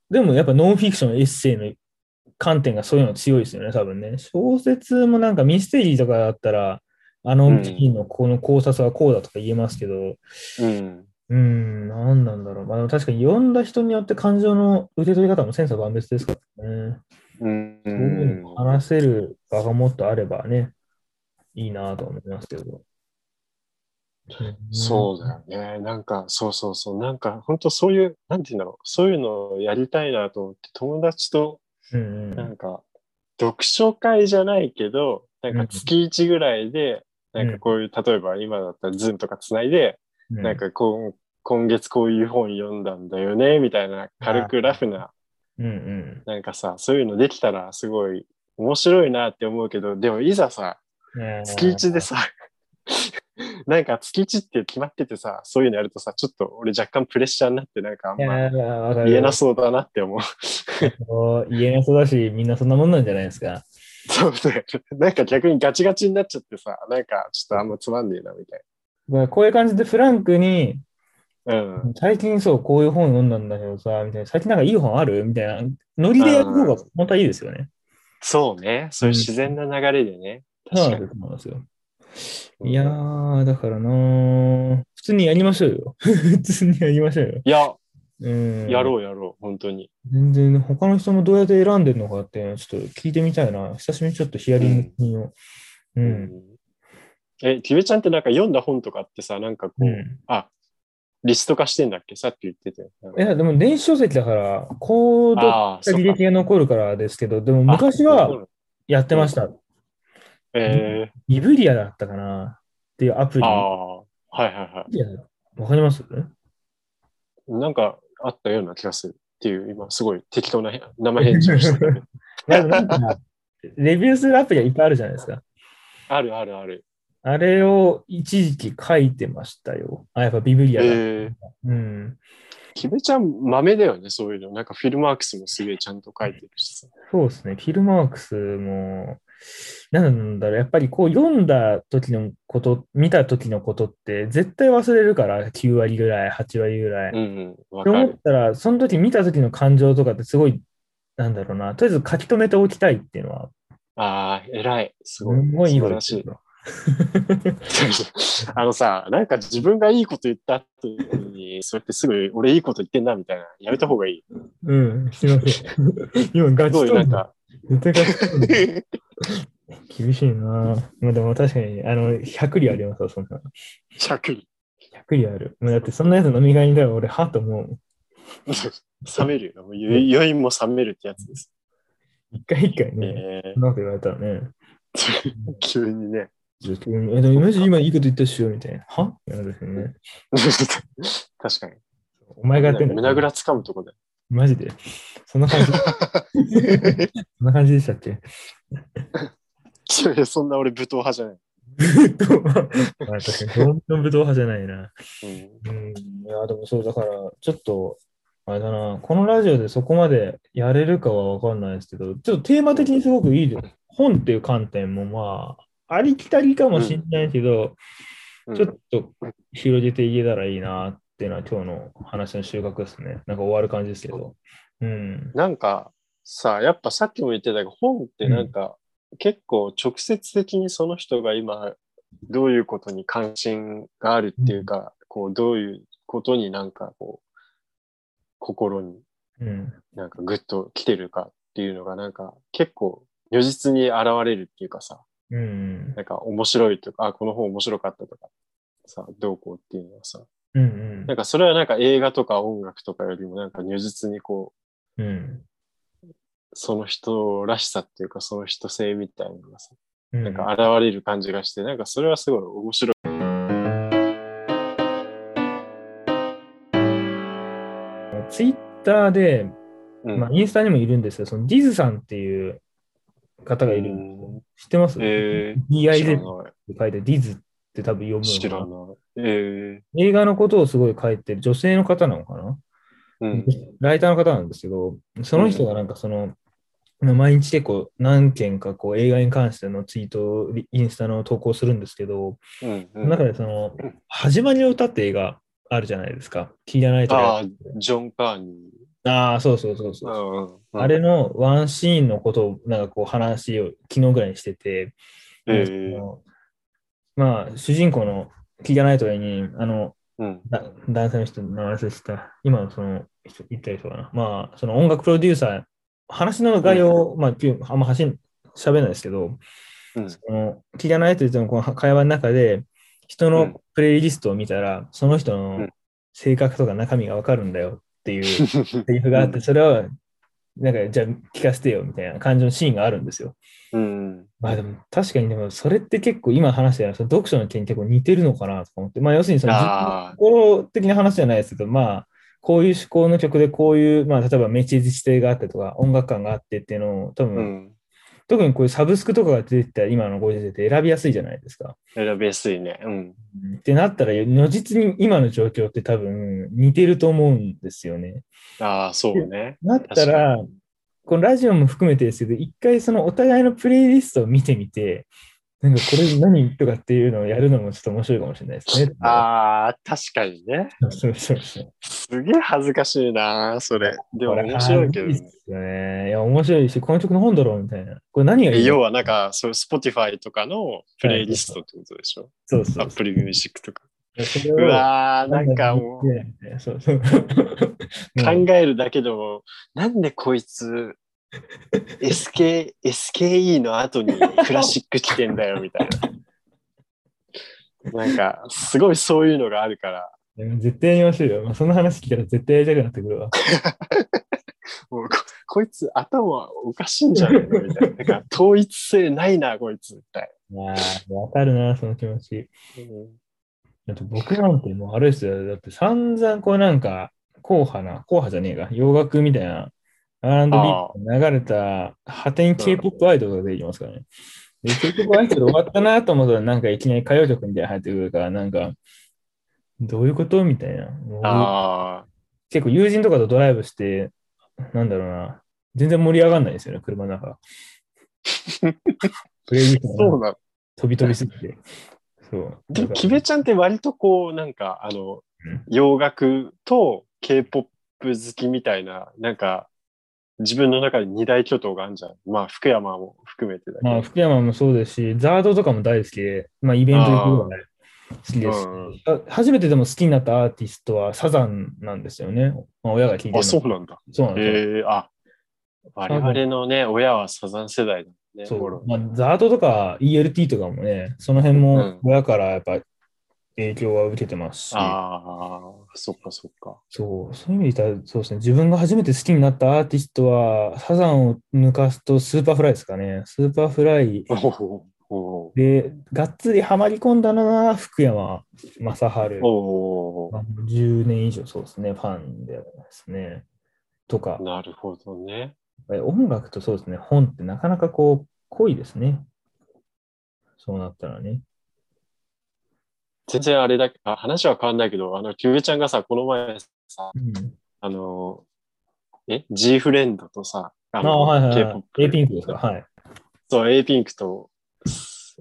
Speaker 1: でもやっぱノンフィクション、エッセイの観点がそういうの強いですよね、多分ね。小説もなんかミステリーとかだったら、あの
Speaker 2: うん
Speaker 1: 時期のこの考察はこうだとか言えますけど、
Speaker 2: うん。
Speaker 1: うーん、なんなんだろう。まあ、でも確かに読んだ人によって感情の受け取り方も千差万別ですからね。
Speaker 2: うん。
Speaker 1: そういうのを話せる場がもっとあればね、いいなと思いますけど。
Speaker 2: そうだよね。なんか、そうそうそう。なんか、本当そういう、なんていうんだろう。そういうのをやりたいなと思って、友達と
Speaker 1: うんう。
Speaker 2: なんんか、読書会じゃないけど、なん
Speaker 1: うん
Speaker 2: か月1ぐらいで、
Speaker 1: うん
Speaker 2: なんかこういう、例えば今だったら Zoom とかつないで、
Speaker 1: うん
Speaker 2: なん、かこう今月こういう本読んだんだよね、みたいな軽くラフな、
Speaker 1: うんうん
Speaker 2: なんかさ、そういうのできたらすごい面白いなって思うけど、でもいざさ、
Speaker 1: ねえ
Speaker 2: 月1でさ、 <laughs> なんか月1って決まっててさ、そういうのやるとさ、ちょっと俺若干プレッシャーになって、なんかあん
Speaker 1: いや
Speaker 2: ま
Speaker 1: ーわかる
Speaker 2: 言えなそうだなって思う。 <laughs>
Speaker 1: そう言えなそうだし、みんなそんなもんなんじゃないですか。
Speaker 2: そうね。なんか逆にガチガチになっちゃってさ、なんかちょっとあんまつまんねえなみたい
Speaker 1: まあこういう感じでフランクに、
Speaker 2: な。うん。
Speaker 1: 最近そう、こういう本読んだんだけどさ、みたいな、最近なんかいい本あるみたいな、ノリでやる方が本当はいいですよね。
Speaker 2: そうね。そういう自然な流れでね。
Speaker 1: そう
Speaker 2: 確
Speaker 1: な
Speaker 2: か
Speaker 1: ん
Speaker 2: に
Speaker 1: だ。と思いますよ。いやー、だからなー普通にやりましょうよ。 <laughs> 普通にやりましょうよ。
Speaker 2: いや、
Speaker 1: うん。
Speaker 2: やろうやろう、本当に。
Speaker 1: 全然、他の人もどうやって選んでるのかっていうのはちょっと聞いてみたいな。久しぶりにちょっとヒアリングを。う。。
Speaker 2: うんえ、ティベちゃんってなんか読んだ本とかってさ、なんかこ
Speaker 1: う
Speaker 2: う、
Speaker 1: ん。
Speaker 2: あ、リスト化してんだっけさっき言ってたよ。
Speaker 1: いや、でも電子書籍だから、コード
Speaker 2: ああ、そ
Speaker 1: が
Speaker 2: っ
Speaker 1: 履
Speaker 2: か
Speaker 1: 歴が残るからですけど、でも
Speaker 2: あ
Speaker 1: 昔
Speaker 2: そ
Speaker 1: は
Speaker 2: うなの
Speaker 1: やってました。
Speaker 2: え
Speaker 1: イブリアだったかなっていうアプ
Speaker 2: ー、
Speaker 1: リ。
Speaker 2: ああー、はいはいは
Speaker 1: イブリアだわかります
Speaker 2: い。なんかあったような気がするっていう、今すごい適当な生返事をしてた
Speaker 1: <laughs>
Speaker 2: けど
Speaker 1: いやなんかレビューするアプリはいっぱいあるじゃないですか。
Speaker 2: あるあるある。
Speaker 1: あれを一時期書いてましたよ。あ、やっぱビブリアだ。
Speaker 2: えー
Speaker 1: うん。
Speaker 2: キベちゃん、豆だよね、そういうの。なんかフィルマークスもすげえちゃんと書いてるしさ。
Speaker 1: そうですね。フィルマークスも、なんだろう、やっぱりこう読んだ時のこと、見た時のことって絶対忘れるから、9割ぐらい、8割ぐらい。
Speaker 2: うんうん。わ
Speaker 1: って
Speaker 2: か
Speaker 1: 思っ
Speaker 2: る。
Speaker 1: たら、その時見た時の感情とかってすごい、なんだろうな、とりあえず書き留めておきたいっていうのは、
Speaker 2: ああ、偉い。す
Speaker 1: す
Speaker 2: ごい。
Speaker 1: ごいいい
Speaker 2: 素
Speaker 1: こ
Speaker 2: 晴
Speaker 1: と
Speaker 2: らしい。
Speaker 1: よ
Speaker 2: あのさ、なんか自分がいいこと言った後に、そうやってすぐ俺いいこと言ってんなみたいな、やめた方がいい。
Speaker 1: うん、すいません。
Speaker 2: <laughs>
Speaker 1: 今、ガ
Speaker 2: す
Speaker 1: チ
Speaker 2: ごい
Speaker 1: と
Speaker 2: なんか、
Speaker 1: 絶対ガチトーンだ厳しいなぁまあでも確かに、あの、100里ありますわ、そんな。
Speaker 2: 100に
Speaker 1: 100里ある。まあだって、そんなやつ飲み会にいたら俺、はと思う。
Speaker 2: <laughs> 冷めるよ。もう余余韻も冷めるってやつです。
Speaker 1: 一回一回ね、
Speaker 2: ええ
Speaker 1: そんなこと言われたら
Speaker 2: <laughs>
Speaker 1: ね。
Speaker 2: 急にね。
Speaker 1: ちょっとうんえでも、マジ今いいこと言ったっしょ、みたいな。はってなるんですよね。
Speaker 2: <laughs> 確かに。
Speaker 1: お前がやってんだ。
Speaker 2: 胸ぐらつかむとこで。
Speaker 1: マジで。そんな
Speaker 2: <laughs>
Speaker 1: 感じ。そんな感じでしたっけ
Speaker 2: いやいや <laughs> そんな俺武闘派じゃない。
Speaker 1: 武闘派。まあ確かに、どんどん武闘派じゃないな。
Speaker 2: うん
Speaker 1: うん、いや、でもそう、だから、ちょっと、あれだな、このラジオでそこまでやれるかはわかんないですけど、ちょっとテーマ的にすごくいいです。本っていう観点も、まあ、ありきたりかもしれないけど、
Speaker 2: うん
Speaker 1: ちょっと広げていけたらいいなっていうのは、今日の話の収穫ですね。なんか終わる感じですけど。うん。
Speaker 2: なんかさ、やっぱさっきも言ってたけど、本ってなんか、結構直接的にその人が今どういうことに関心があるっていうか、こうどういうことになんかこう、心に
Speaker 1: うん。
Speaker 2: なんかグッと来てるかっていうのがなんか結構如実に現れるっていうかさ、
Speaker 1: うん。
Speaker 2: なんか面白いとか、あ、この本面白かったとか、さ、どうこうっていうのはさ、
Speaker 1: うん。
Speaker 2: なんかそれはなんか映画とか音楽とかよりもなんか如実にこう
Speaker 1: うん。
Speaker 2: その人らしさっていうか、その人性みたいなのがさ、
Speaker 1: うん。
Speaker 2: なんか現れる感じがして、なんかそれはすごい面白い。
Speaker 1: ツイッターで、
Speaker 2: うん
Speaker 1: まあ、インスタにもいるんですよ。そのディズさんっていう方がいるんです
Speaker 2: うん
Speaker 1: よ。知ってます、
Speaker 2: え
Speaker 1: ?DIZ っ
Speaker 2: ー、
Speaker 1: て書いて、ディズって多分読む
Speaker 2: 知らない。知ら
Speaker 1: のか
Speaker 2: ない。え
Speaker 1: な映画のことをすごい書いてる女性の方なのかな、
Speaker 2: ー、うん。
Speaker 1: ライターの方なんですけど、その人がなんかその、毎日結構何件かこう映画に関してのツイートをインスタの投稿するんですけど、
Speaker 2: うん。
Speaker 1: そ
Speaker 2: うん
Speaker 1: の中でその、始まりを歌って映画あるじゃないですか。聞いてないと
Speaker 2: ああ、ジョン・カーニ
Speaker 1: ああ、そうそうそう
Speaker 2: ー。
Speaker 1: そう。
Speaker 2: うんうん
Speaker 1: あれのワンシーンのことをなんかこう話を昨日ぐらいにしてて、
Speaker 2: え
Speaker 1: そ
Speaker 2: ー、
Speaker 1: のまあ主人公の聞かないとに、あの
Speaker 2: うん。
Speaker 1: だ男性の人の話した、今のその人言った人かな、まあその音楽プロデューサー、話の概要、まあピュあんま走ん喋らないですけど、
Speaker 2: うん
Speaker 1: その聞かないとのこの会話の中で、人
Speaker 2: う
Speaker 1: の
Speaker 2: ん
Speaker 1: プレイリストを見たら、その人
Speaker 2: う
Speaker 1: の
Speaker 2: ん
Speaker 1: 性格とか中身がわかるんだよって
Speaker 2: <laughs>
Speaker 1: いう。セリフがあって、それを、なんか、じゃあ聞かせてよみたいな感じのシーンがあるんですよ。
Speaker 2: うん。
Speaker 1: まあでも、確かにでも、それって結構今話したようなその読書の件に結構似てるのかなとか思って、まあ要するにその自分の
Speaker 2: ああ、
Speaker 1: 心的な話じゃないですけど、まあ、こういう思考の曲でこういう、まあ例えばメッチー性があってとか、音楽感があってっていうのを、多分、
Speaker 2: うん。
Speaker 1: 特にこういうサブスクとかが出てた今のご時世で選びやすいじゃないですか。
Speaker 2: 選びやすいね。うん。
Speaker 1: ってなったら、如実に今の状況って多分似てると思うんですよね。
Speaker 2: ああ、そうね。
Speaker 1: なったら、このラジオも含めてですけど、一回そのお互いのプレイリストを見てみて、なんかこれ何とかっていうのをやるのもちょっと面白いかもしれないですね。
Speaker 2: ああ、確かにね。
Speaker 1: <laughs> そうそうそう。
Speaker 2: すげえ恥ずかしいな、それ。でも
Speaker 1: これ
Speaker 2: 面白いけど
Speaker 1: あ
Speaker 2: ね
Speaker 1: いい。ですよね。いや、面白いし、この曲の本だろうみたいな。これ何がいい
Speaker 2: 要
Speaker 1: の
Speaker 2: はなんか、そういう Spotify とかのプレイリストってことでしょ、
Speaker 1: そうそう
Speaker 2: Apple Music とか。
Speaker 1: そうれを
Speaker 2: わー、なんかもう、
Speaker 1: う。そう
Speaker 2: <laughs>
Speaker 1: そう。もう
Speaker 2: 考えるだけでも、なんでこいつ、SK、SKE の後にクラシック来てんだよ、みたいな。なんか、すごいそういうのがあるから、
Speaker 1: でも絶対に面白いよ。まあ、その話聞いたら絶対やりたくなってくるわ。
Speaker 2: もうここいつ頭おかしいんじゃないのみたいな。なんか、統一性ないな、こいつ、みたい
Speaker 1: まあ、わかるな、その気持ち。だ
Speaker 2: な。
Speaker 1: って僕なんてもうあれですよ。だって散々こうなんか、硬派な、硬派じゃねえか、洋楽みたいな、R&B
Speaker 2: あ
Speaker 1: 流れた、果てに K-POP アイドルが出てきますからね。で、K-POP アイドル終わったなと思ったら、なんかいきなり歌謡曲みたいなの入ってくるから、なんか、どういうことみたいな。もう
Speaker 2: ああ、
Speaker 1: 結構友人とかとドライブして、
Speaker 2: <laughs>
Speaker 1: なんだろうな、全然盛り上がんないですよね、車の中。プレイリス
Speaker 2: そ
Speaker 1: ト
Speaker 2: う
Speaker 1: が
Speaker 2: なの。
Speaker 1: 飛び飛びすぎて。そう。
Speaker 2: でも、
Speaker 1: だから
Speaker 2: キベちゃんって割とこう、なんか、あの
Speaker 1: うん、
Speaker 2: 洋楽と K-POP 好きみたいな、なんか、自分の中で二大巨頭があるじゃん。まあ、福山も含めてだけど。
Speaker 1: まあ、福山もそうですし、ザードとかも大好きで、まあ、イベント行くのがね好きですし、
Speaker 2: うんうん
Speaker 1: あ初めてでも好きになったアーティストはサザンなんですよね。まあ、親が聞いてるの
Speaker 2: あ、そうなんだ。
Speaker 1: そうなんですよ。
Speaker 2: ええあ、我々のね、親はサザン世代だもんね。
Speaker 1: そう
Speaker 2: 頃
Speaker 1: まあ、ザードとか ELT とかもね、その辺
Speaker 2: う
Speaker 1: も
Speaker 2: ん
Speaker 1: 親からやっぱ影響は受けてますし、
Speaker 2: ああ、そっかそっか。
Speaker 1: そうそういう意味で言ったら、そうですね、自分が初めて好きになったアーティストは、サザンを抜かすとスーパーフライですかね。スーパーフライ
Speaker 2: おおお
Speaker 1: で、がっつりハマり込んだのが福山雅治。
Speaker 2: おお
Speaker 1: まあ10年以上そうですね、ファンでですね。とか、
Speaker 2: なるほどね。
Speaker 1: 音楽とそうですね、本ってなかなかこう、濃いですね。そうなったらね。
Speaker 2: 全然あれだけあ話は変わんないけど、あの、キュウエちゃんがさ、この前さ、
Speaker 1: うん、
Speaker 2: あの、え ?G フレンドとさ、あ
Speaker 1: ああ、はいはい、はい
Speaker 2: K-POP。
Speaker 1: A ピンクですか。はい。
Speaker 2: そう、A ピンクと、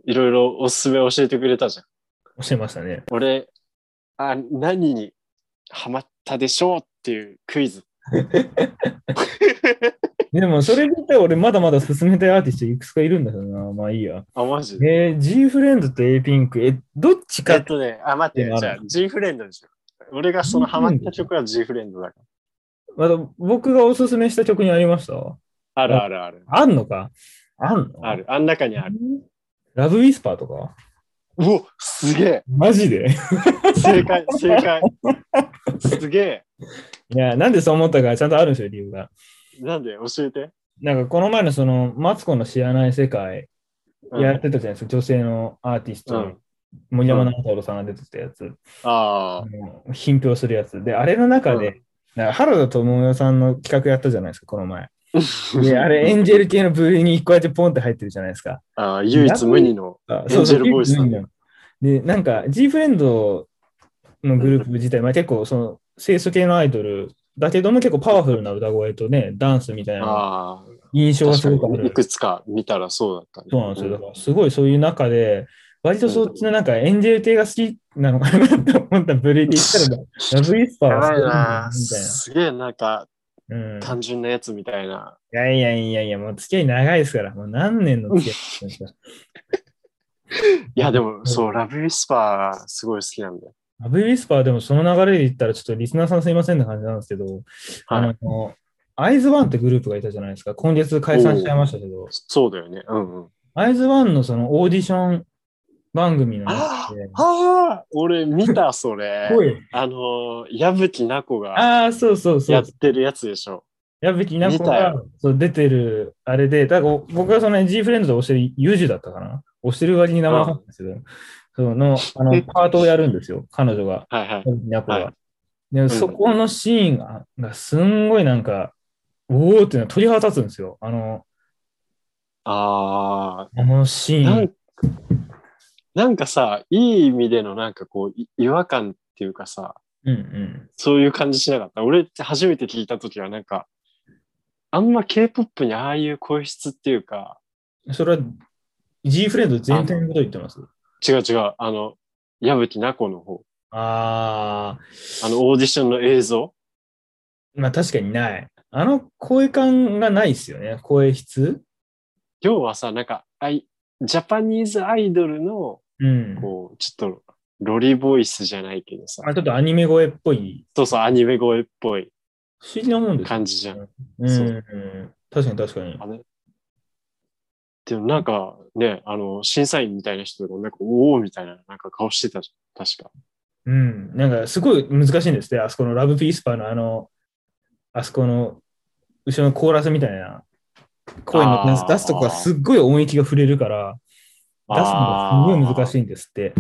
Speaker 2: いろいろおすすめ教えてくれたじゃん。
Speaker 1: 教えましたね。
Speaker 2: 俺、あ、何にハマったでしょうっていうクイズ。
Speaker 1: でも、それで言ったら俺、まだまだ進めたいアーティストいくつかいるんだけどな。まあいいや。
Speaker 2: あ、マジ
Speaker 1: え
Speaker 2: で。
Speaker 1: ー、G フレンドと A ピンク、え、どっち
Speaker 2: え
Speaker 1: か
Speaker 2: っとね、あ、待っ
Speaker 1: で
Speaker 2: て、
Speaker 1: もあ
Speaker 2: じ
Speaker 1: る
Speaker 2: ゃあ G フレンドにしよう。俺がそのハマった曲は G フレンドだか
Speaker 1: ま
Speaker 2: ら。
Speaker 1: だ僕がおすすめした曲にありました
Speaker 2: あるあるある。
Speaker 1: あんのかあんの
Speaker 2: ある。あん中にある。
Speaker 1: ラブウィスパーとか
Speaker 2: うおすげえ
Speaker 1: マジで
Speaker 2: 正解、正
Speaker 1: <laughs>
Speaker 2: 解。すげ
Speaker 1: いや、なんでそう思ったかちゃんとあるんですよ、理由が。
Speaker 2: えなんで教えて。
Speaker 1: なんかこの前のその、マツコの知らない世界
Speaker 2: うん
Speaker 1: やってたじゃないですか、女性のアーティストの、
Speaker 2: うん
Speaker 1: 森山直太朗さんが出てたやつ、あ
Speaker 2: ああ、
Speaker 1: の品評するやつ。で、あれの中で、
Speaker 2: う
Speaker 1: なんか原田智代さんの企画やったじゃないですか、この
Speaker 2: <laughs>
Speaker 1: 前。で、あれ、エンジェル系の部類に1個やってポンって入ってるじゃないですか。
Speaker 2: あー唯一無二の。
Speaker 1: あ
Speaker 2: エンジェルボーイズ
Speaker 1: そ
Speaker 2: さ
Speaker 1: うんそうで、なんか G フレンドのグループ自体、まあ、結構その清楚系のアイドルだけども結構パワフルな歌声とね、ダンスみたいな
Speaker 2: あ
Speaker 1: 印象
Speaker 2: あ、
Speaker 1: がす
Speaker 2: 確
Speaker 1: ご
Speaker 2: か
Speaker 1: くあ
Speaker 2: にい
Speaker 1: る。
Speaker 2: くつか見たらそうだったね。
Speaker 1: そうなんですよ。だからすごいそういう中で、割とそっちのなんかエンジェル系が好きなのかなと思った部類で言ったら、ラブイスパー
Speaker 2: や
Speaker 1: は
Speaker 2: ば
Speaker 1: そう
Speaker 2: い
Speaker 1: な
Speaker 2: なん
Speaker 1: だみたいな。
Speaker 2: すげえなんか
Speaker 1: うん、い
Speaker 2: 単純なやつみたいな。
Speaker 1: やいやいやいや、もう付き合い長いですから、もう何年の付き合いですか。
Speaker 2: いやでも、そう、ラブウィスパーすごい好きなんだよ。
Speaker 1: ラブウィスパーでもその流れで言ったら、ちょっとリスナーさんすいませんって感じなんですけど、
Speaker 2: はい。
Speaker 1: あの、アイズワンってグループがいたじゃないですか。今月解散しちゃいましたけど、
Speaker 2: そうだよね。うんうん。
Speaker 1: アイズワンのそのオーディション番組の
Speaker 2: あ
Speaker 1: 中
Speaker 2: ー
Speaker 1: で、
Speaker 2: あー、俺見た、そ
Speaker 1: <laughs>
Speaker 2: れ
Speaker 1: す。ごい
Speaker 2: あのー、矢吹奈子が
Speaker 1: ああ、そうそうそ
Speaker 2: やっ
Speaker 1: う。
Speaker 2: てるやつでしょ。
Speaker 1: 矢吹奈子
Speaker 2: 見た
Speaker 1: が
Speaker 2: よ
Speaker 1: そう出てるあれで、だから僕がその G フレンドで押してるユージュだったかな押してる割に名前わかんないですけど、その、あの、パートをやるんですよ、彼女が。
Speaker 2: はいは
Speaker 1: 矢
Speaker 2: い。
Speaker 1: 吹奈子
Speaker 2: は
Speaker 1: が。で、そこのシーンが、がすんごいなんか、おおっていうのは鳥肌立つんですよ。あの、
Speaker 2: あ
Speaker 1: あのシ
Speaker 2: あ、
Speaker 1: ーン。
Speaker 2: なんなんかさ、いい意味でのなんかこう、い違和感っていうかさ、
Speaker 1: うんうん。
Speaker 2: そういう感じしなかった。俺って初めて聞いた時はなんか、あんま K-POP にああいう声質っていうか、
Speaker 1: それは G フレンド全体のこと言ってます
Speaker 2: 違う違う、あの、矢吹奈子の方、
Speaker 1: あ
Speaker 2: あのオーディションの映像
Speaker 1: ー、まあ確かにない。あの声感がないですよね。声質
Speaker 2: 要はさ、なんか、あいジャパニーズアイドルの、
Speaker 1: うん。
Speaker 2: こう、ちょっと、ロリボイスじゃないけどさ
Speaker 1: ま、あ、ちょっとアニメ声っぽい。
Speaker 2: そうそう、アニメ声っぽい
Speaker 1: 不思議なもんですよ。
Speaker 2: 感じじゃん。
Speaker 1: うん
Speaker 2: そ
Speaker 1: う
Speaker 2: う
Speaker 1: ん。確かに確かに。
Speaker 2: あれでもなんかね、あの、審査員みたいな人が、なんか、おおみたいな、なんか顔してたじゃん、確か。
Speaker 1: うん。なんかすごい難しいんですね。あそこのラブピースパーのあの、あそこの後ろのコーラスみたいな声の出す
Speaker 2: あー
Speaker 1: 出すとこがすっごい音域が触れるから、出すのがすごい難
Speaker 2: い。
Speaker 1: しいんですって。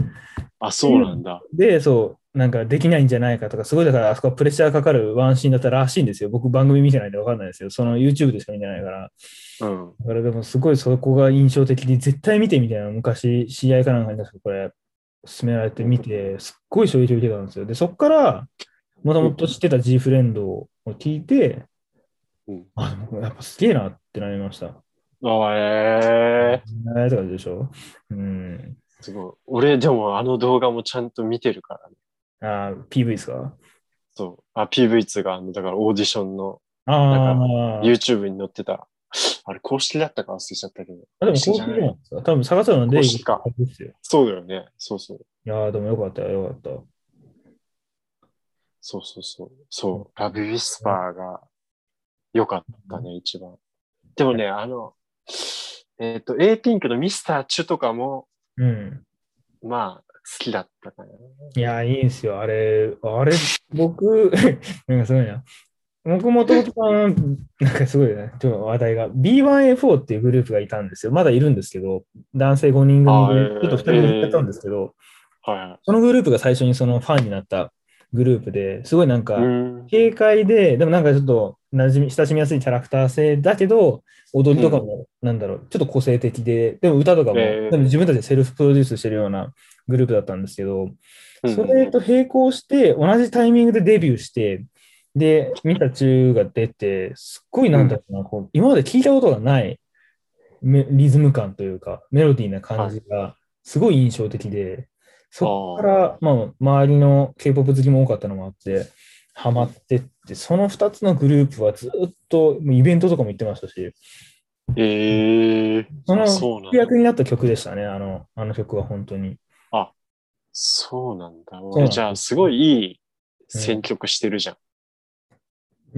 Speaker 2: あ、そうなんだ。
Speaker 1: で、そう、なんかできないんじゃないかとか、すごいだから、あそこはプレッシャーかかるワンシーンだったらしいんですよ。僕、番組見てないんで分かんないですよ。その YouTube でしか見てないから。
Speaker 2: うん。
Speaker 1: だから、でもすごいそこが印象的に、絶対見てみたいな、昔、知り合いかなんかに確かこれ、勧められて見て、すっごい衝撃を受けたんですよ。で、そこから、もともと知ってた G フレンドを聞いて、
Speaker 2: うん
Speaker 1: あ、でもやっぱすげえなってなりました。
Speaker 2: あえ
Speaker 1: え
Speaker 2: え
Speaker 1: ーとかでしょ。うん。
Speaker 2: すごい。俺、でもあの動画もちゃんと見てるからね。
Speaker 1: あー、PV ですか
Speaker 2: そう。あ、PV2 が、あのだからオーディションの
Speaker 1: ああ、
Speaker 2: YouTube に載ってた。あれ、公式だったか忘れちゃったけど。
Speaker 1: あでも公式なんですか多分探すので、
Speaker 2: 公式か
Speaker 1: ですよ。
Speaker 2: そうだよね。そうそう。
Speaker 1: いやーでもよかったよ、よかった。
Speaker 2: そうそうそう。そう。ラビウィスパーが良かったね、一番。でもね、あの、えっ、と、A ピンクのミスターチュとかも、
Speaker 1: うん。
Speaker 2: まあ、好きだったかな。
Speaker 1: いやー、いいんですよ。あれ、あれ、僕、 <laughs> なんかすごいな。僕もともと、なんかすごいね、ちょっと話題が、B1A4 っていうグループがいたんですよ。まだいるんですけど、男性5人
Speaker 2: あ
Speaker 1: 組
Speaker 2: ー
Speaker 1: で、ちょっと2人で行っちゃったんですけど、
Speaker 2: はいはい。
Speaker 1: そのグループが最初にそのファンになったグループですごいなんか、
Speaker 2: うん。
Speaker 1: 軽快で、でもなんかちょっと馴染み親しみやすいキャラクター性だけど、踊りとかも、なんだろう、ちょっと個性的で、でも歌とかも、
Speaker 2: えー
Speaker 1: でも自分たちでセルフプロデュースしてるようなグループだったんですけど、
Speaker 2: うん
Speaker 1: それと並行して、同じタイミングでデビューして、で、見た中が出て、すっごいなんだろうな、こう今まで聞いたことがないめリズム感というか、メロディーな感じが、すごい印象的で、そこから、まあ、周りの K-POP 好きも多かったのもあって、ハマってって、その2つのグループはずっともうイベントとかも行ってましたし、
Speaker 2: ええ
Speaker 1: その
Speaker 2: そうなん
Speaker 1: 主
Speaker 2: だ。
Speaker 1: 役になった曲でしたね、あのあの曲は本当に。
Speaker 2: そうなん
Speaker 1: そう
Speaker 2: だ。
Speaker 1: なん
Speaker 2: 俺
Speaker 1: だ
Speaker 2: じゃあ、すごいいい選曲してるじゃん。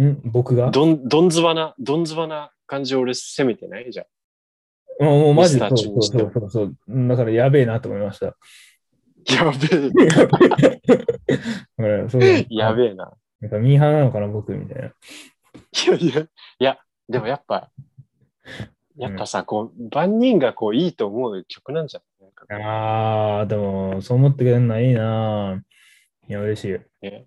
Speaker 1: ん僕が
Speaker 2: どん、どんずばな、どんずばな感じ俺攻めてないじゃん。
Speaker 1: もうもうマジで
Speaker 2: ミス
Speaker 1: そう
Speaker 2: ターチューにし
Speaker 1: そ
Speaker 2: て
Speaker 1: うそうそううんだからやべえなと思いました。
Speaker 2: やべえ、
Speaker 1: ほらそう <laughs> なんだ
Speaker 2: やべえな。
Speaker 1: なんかミーハーなのかな、僕みたいな。
Speaker 2: いやいや、いや、でもやっぱ、やっぱさ、こう、万人がこう、いいと思う曲なんじゃん。なんか
Speaker 1: あー、でも、そう思ってくれるのはいいなぁいや、嬉しい。
Speaker 2: ね、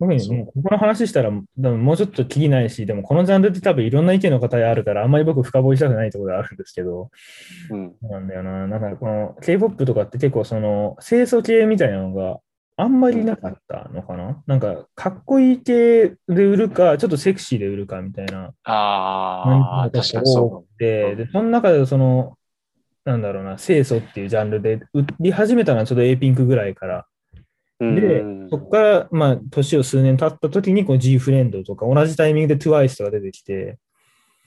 Speaker 1: 特に
Speaker 2: そう
Speaker 1: もうここの話したら、でももうちょっときりないし、でもこのジャンルって多分いろんな意見の方があるから、あんまり僕深掘りしたくないところがあるんですけど、
Speaker 2: うん。
Speaker 1: そうなんだよな。なんかこの K-POP とかって結構その清楚系みたいなのがあんまりなかったのかななんかかっこいい系で売るか、ちょっとセクシーで売るかみたいな
Speaker 2: ああ、確かにそうかも。
Speaker 1: で、で、その中でその、なんだろうな、清楚っていうジャンルで売り始めたのはちょっと A ピンクぐらいから。で
Speaker 2: うん、
Speaker 1: そこから、まあ、年を数年経った時に、この G フレンドとか、同じタイミングで TWICE とか出てきて、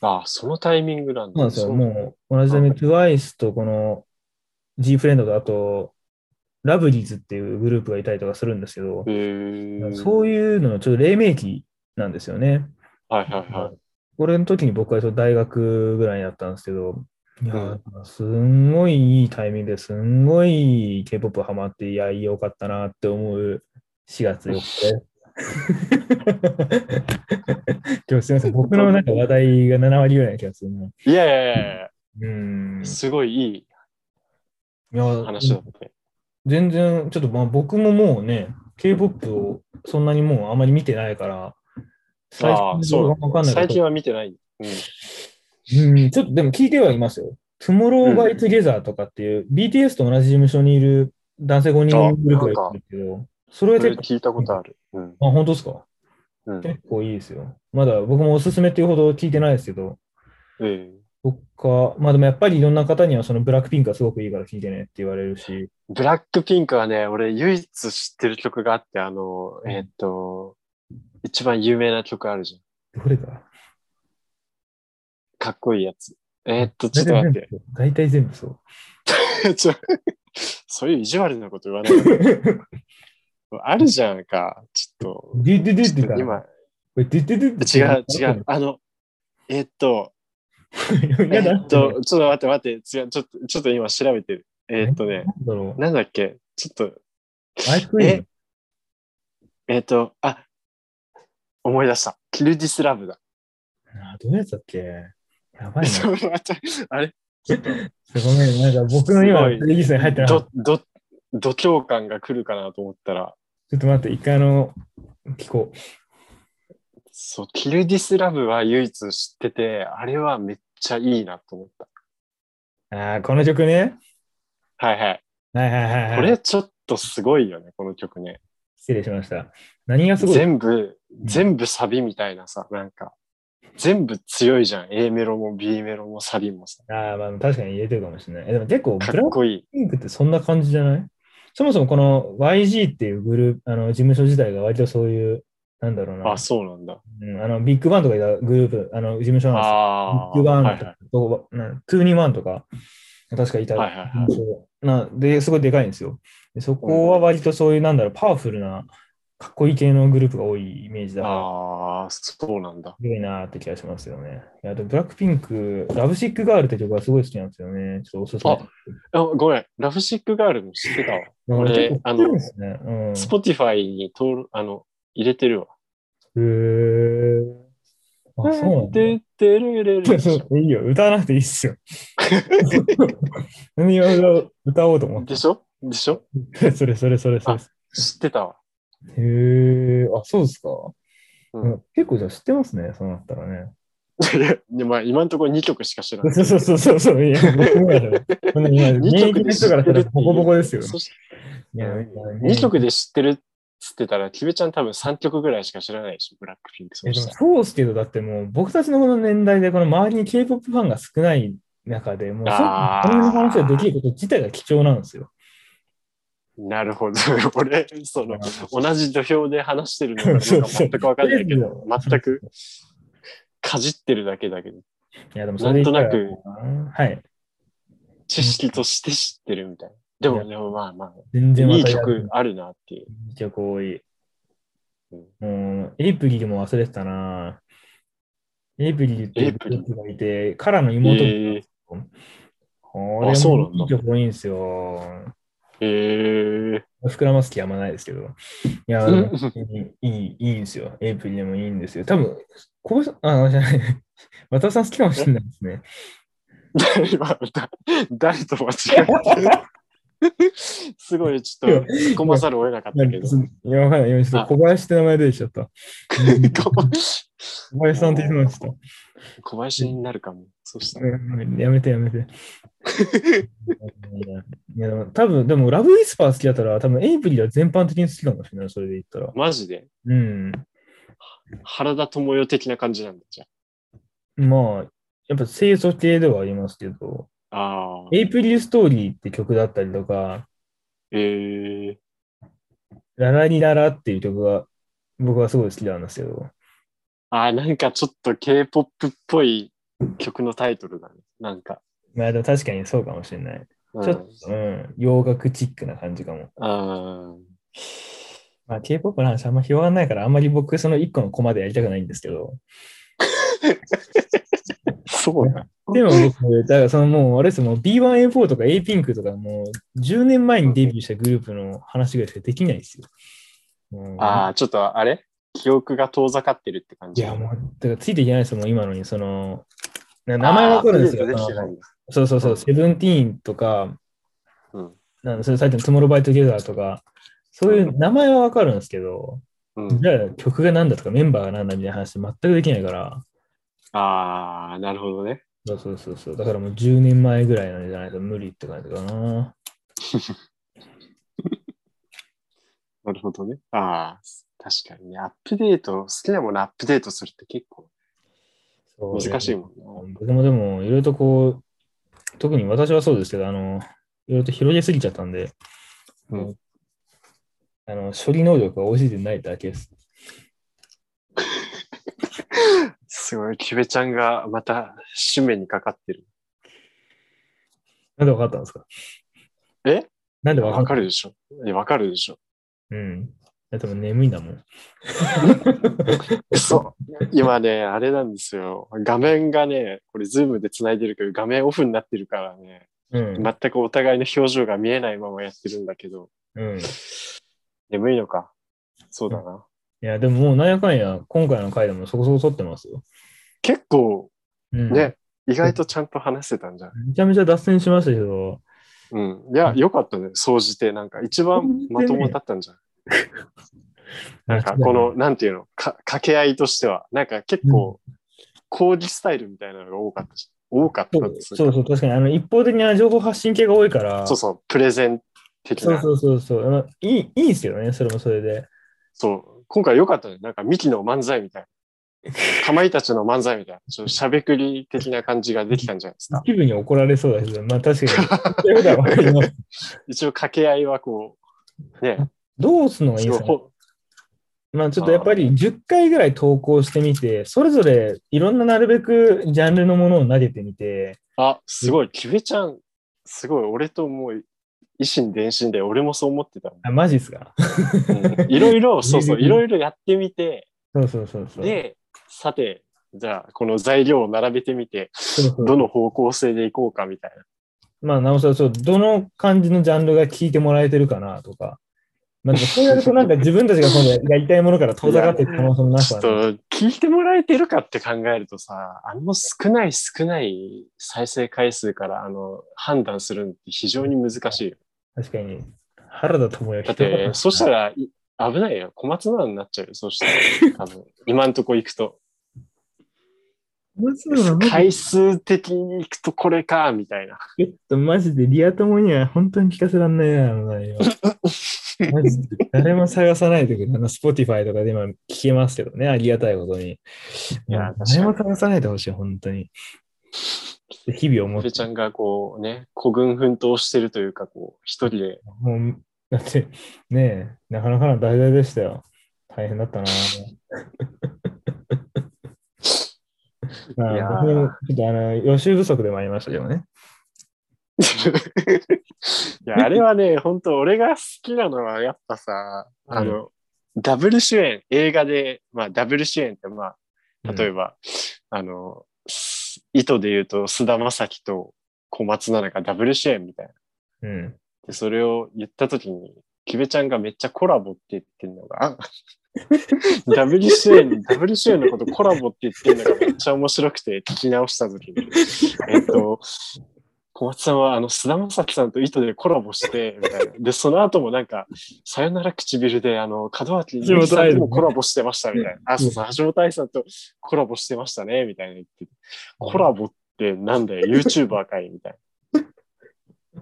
Speaker 2: ああ、そのタイミングなんだ。
Speaker 1: そうなんですよ。
Speaker 2: そう
Speaker 1: もう、同じタイミングで TWICE とこの G フレンドと、あと、ラブリーズっていうグループがいたりとかするんですけど、
Speaker 2: へえ
Speaker 1: そういうののちょっと黎明期なんですよね。
Speaker 2: はいはいはい。
Speaker 1: これの時に僕はちょっと大学ぐらいだったんですけど、いやー、すんごいいいタイミングですんごい K-POP ハマって、いや、よかったなって思う4月4日で。今日すみません、僕のなんか話題が7割ぐらいな気がするな。
Speaker 2: いやいやいやいや、
Speaker 1: うん。
Speaker 2: すごいいい
Speaker 1: いや
Speaker 2: 話だったね。
Speaker 1: 全然、ちょっとまあ僕ももうね、K-POP をそんなにもうあまり見てないから、最
Speaker 2: ああ、
Speaker 1: 近
Speaker 2: そう
Speaker 1: わかんないけど
Speaker 2: 最近は見てない。うん。
Speaker 1: うん、ちょっとでも聞いてはいますよ。Tomorrow by Together とかっていう、BTS と同じ事務所にいる男性5人グループがいるんですけど、それ
Speaker 2: こ
Speaker 1: は結
Speaker 2: れ
Speaker 1: 構、
Speaker 2: 聞いたことある。うん。
Speaker 1: あ、本当ですか
Speaker 2: うん。え
Speaker 1: 結構いいですよ。まだ僕もおすすめっていうほど聞いてないですけど、
Speaker 2: え
Speaker 1: そっか、まあでもやっぱりいろんな方にはそのブラックピンクがすごくいいから聞いてねって言われるし、
Speaker 2: ブラックピンクはね、俺唯一知ってる曲があって、あの、えーっと、一番有名な曲あるじゃん。
Speaker 1: どれか。
Speaker 2: かっこいいやつ。えーっと、ちょっと待って。
Speaker 1: 大体全部そう。
Speaker 2: <laughs> ちょそういう意地悪なこと言わないで。
Speaker 1: 大体全部そう。
Speaker 2: あるじゃんか。ちょっ
Speaker 1: デュデュデ
Speaker 2: と。
Speaker 1: ュって
Speaker 2: ちょ
Speaker 1: 言った
Speaker 2: っと
Speaker 1: ら
Speaker 2: 今、
Speaker 1: これデュデュデュ
Speaker 2: 違う、違う。。あの、えーっと、え
Speaker 1: 嫌だ。
Speaker 2: ーっと、ちょっと待って待って。違う、ちょっと、ちょっと今調べてる。えーっと
Speaker 1: な
Speaker 2: ね、
Speaker 1: んだろう。
Speaker 2: なんだっけ。ちょっと、
Speaker 1: アイスクリーム。
Speaker 2: えーっと、あ、思い出した。キルディスラブだ。
Speaker 1: あどうやつだっけやばいな。
Speaker 2: <laughs> ちょっと待ってあれ
Speaker 1: ごめん、なんか僕の今、
Speaker 2: すご
Speaker 1: レ
Speaker 2: い
Speaker 1: ギスに入ってなかった。
Speaker 2: ど、ど、度胸感が来るかなと思ったら、
Speaker 1: ちょっと待って、一回あの、聞こ
Speaker 2: そう、キルディスラブは唯一知ってて、あれはめっちゃいいなと思っ
Speaker 1: う。ああ、この曲ね。
Speaker 2: た。はいはい。
Speaker 1: はいはいはい、はい。
Speaker 2: これちょっとすごいよね、この曲ね。
Speaker 1: 失礼しました。何がすごい
Speaker 2: 全部、全部サビみたいなさ、なんか、全部強いじゃん。A メロも B メロもサビもさ。
Speaker 1: ああ、まあ確かに言えてるかもしれない。えでも結構、
Speaker 2: か
Speaker 1: ブラッ
Speaker 2: っ
Speaker 1: ク
Speaker 2: こいい。
Speaker 1: ピンクってそんな感じじゃないそもそもこの YG っていうグループ、あの事務所自体が割とそういう、なんだろうな、
Speaker 2: あ、そうなんだ。
Speaker 1: うんあのビッグバンとかいたグループ、あの事務所なんですよ。ビ
Speaker 2: あ
Speaker 1: ッグバ
Speaker 2: あ。
Speaker 1: ン
Speaker 2: はい
Speaker 1: と
Speaker 2: は
Speaker 1: か、どこなんトゥーニーワンとか、確かいた、
Speaker 2: はいはいはい
Speaker 1: そうなですごいでかいんですよ。でそこは割とそういう、なんだろう、パワフルな、かっこいい系のグループが多いイメージ
Speaker 2: い。
Speaker 1: だから、
Speaker 2: ああ、そうなんだ。
Speaker 1: すごいなーって気がしますよね。いやでもブラックピンク、ラブシックガールって曲がすごい好きなんですよね。ちょっとおすすめ。
Speaker 2: ああごめん。ラフシックガールも知ってたわ。
Speaker 1: なんか
Speaker 2: 俺
Speaker 1: 結構好きなんですね。うん、
Speaker 2: スポティファイに登録、あの、入れてるわ。
Speaker 1: へーあ、そうなんだ。
Speaker 2: ででれれれ
Speaker 1: いやそういいよ、歌わなくていいっす
Speaker 2: <laughs>
Speaker 1: よ。何を歌おう歌おうと思って
Speaker 2: で。しょでしょ
Speaker 1: <laughs> それそれそれそれ。
Speaker 2: 知ってたわ。 <laughs>
Speaker 1: へえ、あ、そうですか。
Speaker 2: う
Speaker 1: うんん結構じゃあ知ってますね、そうなったらね。
Speaker 2: でまあ、今のところ2曲しか知らない。
Speaker 1: そうそうそうそうそう。いや、僕もやる。そんな今現役の人からしたらボコボコですよ。
Speaker 2: そし
Speaker 1: いやいや
Speaker 2: 2曲で知ってるっつってたら、キベちゃん多分3曲ぐらいしか知らないでしょ、ブラックピンク。そ
Speaker 1: え
Speaker 2: う
Speaker 1: で
Speaker 2: し
Speaker 1: も
Speaker 2: たら
Speaker 1: そうですけど、だってもう僕たちのこの年代で、この周りに K-POP ファンが少ない中で、もうそう
Speaker 2: あー
Speaker 1: この話ができること自体が貴重なんですよ。
Speaker 2: なるほど。 <laughs> 俺、その、同じ土俵で話してるのか
Speaker 1: そう
Speaker 2: どう
Speaker 1: そ
Speaker 2: か
Speaker 1: う
Speaker 2: 全くわかんないけど、
Speaker 1: そう
Speaker 2: 全くかじってるだけだけど、
Speaker 1: いや、でもそれで言ったら
Speaker 2: なん
Speaker 1: はい。
Speaker 2: 知識として知ってるみたいな。でも、でもまあまあ、
Speaker 1: 全然
Speaker 2: いい
Speaker 1: 渡り合う
Speaker 2: 曲。あるなっていう。
Speaker 1: いい曲多い。
Speaker 2: うん
Speaker 1: もう、エイプリルも忘れてたな。エイプリルって
Speaker 2: エ
Speaker 1: い
Speaker 2: イ
Speaker 1: う
Speaker 2: プリル
Speaker 1: 曲がいて、カラの妹もいたんですよこ
Speaker 2: あ
Speaker 1: れ
Speaker 2: そうな
Speaker 1: も
Speaker 2: んだ
Speaker 1: いい曲多いんですよ。
Speaker 2: へえ
Speaker 1: 膨らます気あんまないですけど。いや、
Speaker 2: う
Speaker 1: で
Speaker 2: ん
Speaker 1: もいい、いい、いいんですよ。エイプリルもいいんですよ。多分、こぼさん、あ、じゃない。 <laughs> 渡辺さん好きかもしれないですね。
Speaker 2: <laughs> 今だ誰と間違えてるすごい、ちょっと、突っ込まざるを得なかったけど。
Speaker 1: いや、わかんない。今ちょっと小林って名前出てきちゃった。
Speaker 2: <laughs>
Speaker 1: 小林さんって言ってました。
Speaker 2: 小林になるかも。そうしたら。
Speaker 1: うんやめてやめて。いやでも多分、でも、ラブウィスパー好きだったら、多分、エイプリルは全般的に好きかもしれない、それで言ったら。
Speaker 2: マジで
Speaker 1: うん。
Speaker 2: 原田知世的な感じなんだじゃ
Speaker 1: まあ、やっぱ清楚系ではありますけど、
Speaker 2: あ。ああ。
Speaker 1: エイプリルストーリーって曲だったりとか、
Speaker 2: ええ
Speaker 1: ララリララっていう曲が、僕はすごい好きなんですけど、
Speaker 2: ああ、なんかちょっと K-POP っぽい曲のタイトルだね。なんか。
Speaker 1: まあでも確かにそうかもしれない。
Speaker 2: うん、
Speaker 1: ちょっと、うん、洋楽チックな感じかも。
Speaker 2: あー
Speaker 1: まあ、K-POP の話あんま広がらないから、あんまり僕、その一個のコマでやりたくないんですけど、
Speaker 2: そうだ。
Speaker 1: でも僕、だからそのもう、あれですもう B1A4 とか A ピンクとかもう10年前にデビューしたグループの話ぐらいしかできないですよ。うん
Speaker 2: ああ、ちょっとあれ記憶が遠ざかってるって感
Speaker 1: い
Speaker 2: じ。
Speaker 1: や、もう、だからついていけないですもん、今のに。その、な名前わかるんですよ
Speaker 2: あーアップデー。トできてないんだ。
Speaker 1: そうそうそう、セブンティーンとか、
Speaker 2: うん。
Speaker 1: なんだそれさっきのトゥモローバイトゲザーとか、そういう名前はわかるんですけど、
Speaker 2: うん
Speaker 1: じ、ゃあ曲が何だとかメンバーが何だみたいな話全くできないから、
Speaker 2: ああ、なるほどね。
Speaker 1: そうそうそうそう、だからもう10年前ぐらいなんじゃないと無理って感じかな。
Speaker 2: なるほどね。ああ、確かにね。アップデート、好きなものアップデートするって結構
Speaker 1: そう
Speaker 2: 難しいもんね。
Speaker 1: でもでも、いろいろとこう、特に私はそうですけど、あの、いろいろと広げすぎちゃったんで、
Speaker 2: うん
Speaker 1: あの処理能力が追いついてないだけです。
Speaker 2: すごい、キベちゃんがまた締めにかかってる。
Speaker 1: なんで分かったんですか
Speaker 2: え
Speaker 1: なんで分かっ
Speaker 2: わ
Speaker 1: た
Speaker 2: かるでしょえわかるでしょ
Speaker 1: うん。だってもう眠いんだ
Speaker 2: <laughs>
Speaker 1: もん。
Speaker 2: そう今ね、あれなんですよ。画面がね、これズームで繋いでるけど、画面オフになってるからね、
Speaker 1: うん。
Speaker 2: 全くお互いの表情が見えないままやってるんだけど、
Speaker 1: うん、い
Speaker 2: 眠いのか。そうだな。
Speaker 1: や、でももうなんやかんや、今回の回でもそこそこ撮ってますよ。
Speaker 2: 結構
Speaker 1: うん、
Speaker 2: ね、意外とちゃんと話せたんじゃない
Speaker 1: めちゃめちゃ脱線しましたけど、
Speaker 2: うん。いや、よかったね、総じて。なんか、一番まともだったんじゃん。なんか、この、なんていうの、か掛け合いとしては、なんか結構、講義スタイルみたいなのが多かったし、多かった
Speaker 1: そ
Speaker 2: ん
Speaker 1: う
Speaker 2: です
Speaker 1: そうそう、確かにあの一方的な情報発信系が多いから、
Speaker 2: そうそう、プレゼン的
Speaker 1: そう
Speaker 2: な。
Speaker 1: そうそうそうあのいい。いいですよね、それもそれで。
Speaker 2: そう。今回よかったね。なんか、ミキの漫才みたいかまいたちの漫才みたいな、ちょっとしゃべくり的な感じができたんじゃないですか。
Speaker 1: 一部に怒られそうだけど、まあ確
Speaker 2: <laughs>
Speaker 1: かに。そういうことはわかります
Speaker 2: 一応掛け合いはこう、ね、
Speaker 1: どうするのがいい
Speaker 2: す
Speaker 1: です
Speaker 2: ご
Speaker 1: か
Speaker 2: い
Speaker 1: ね。まあちょっとやっぱり10回ぐらい投稿してみて、それぞれいろんななるべくジャンルのものを投げてみて、
Speaker 2: あ、すごい、キベちゃん、すごい、俺ともう、維心伝心で、俺もそう思ってたも <laughs> ん
Speaker 1: あ、マジっすか
Speaker 2: うんいろいろ、そうそう、
Speaker 1: ギリギリ
Speaker 2: いろいろやってみて、
Speaker 1: そうそうそうそう。
Speaker 2: で、さて、じゃあ、この材料を並べてみて、
Speaker 1: そうそう
Speaker 2: どの方向性でいこうかみたい
Speaker 1: まあ、なおさらそう、どの感じのジャンルが聞いてもらえてるかなとか。まあ、でもそうやるとなんか自分たちが今度やりたいものから遠ざかっていく可能性も
Speaker 2: な。
Speaker 1: なく
Speaker 2: ちょ
Speaker 1: は
Speaker 2: っ
Speaker 1: ない。
Speaker 2: と、聞いてもらえてるかって考えるとさ、あの少ない少ない再生回数から、あの、判断するのって非常に難しいよ。
Speaker 1: 確かに。原田智
Speaker 2: だっ
Speaker 1: 之
Speaker 2: て、そした
Speaker 1: ら。
Speaker 2: ら、い危ないよ。小松菜になっちゃうよ。そしたら、多分、今んとこ行くと。
Speaker 1: マジで
Speaker 2: 回数的に行くとこれか、みたいな。
Speaker 1: ちょっとマジでリア友には本当に聞かせらんないな、あの内
Speaker 2: <laughs>
Speaker 1: 容マジで誰も探さないとき、あの、Spotify とかで今聞けますけどね、ありがたいことに。
Speaker 2: いや確かに
Speaker 1: 誰も探さないでほしい、本当に。日々思っ
Speaker 2: ふ
Speaker 1: て
Speaker 2: れちゃんがこうね、孤軍奮闘してるというか、こう、一人で。
Speaker 1: もう、だって、ねえ、なかなかの題材でしたよ。大変だ
Speaker 2: <laughs>
Speaker 1: ったな。ま
Speaker 2: いや
Speaker 1: あ、
Speaker 2: ー
Speaker 1: 僕もちょっとあの予習不足でもありましたけどね。
Speaker 2: いや、あれは <laughs> ね、本当俺が好きなのは、やっぱさ、あの、ダブル主演、映画で、まあ、ダブル主演って、まあ、例え
Speaker 1: ば。
Speaker 2: ば、あの、す糸で言うと、菅田将暉と小松菜奈がダブル主演みたいな。
Speaker 1: うん。
Speaker 2: で、それを言ったときに、キベちゃんがめっちゃコラボって言ってんの <laughs> が、あダブル主演、ダブル主演のことコラボって言ってんのがめっちゃ面白くて聞き直したときに、えっと、小松さんはあの、菅田将暉さんと糸でコラボして、みたいな。で、その後もなんか、さよなら唇で、あの、門脇麦さんともコラボしてました、みたいな。あ、そうそう、波状大さんとコラボしてましたね、みたいな言ってて。コラボってなんだよ、YouTuber かいみたいな。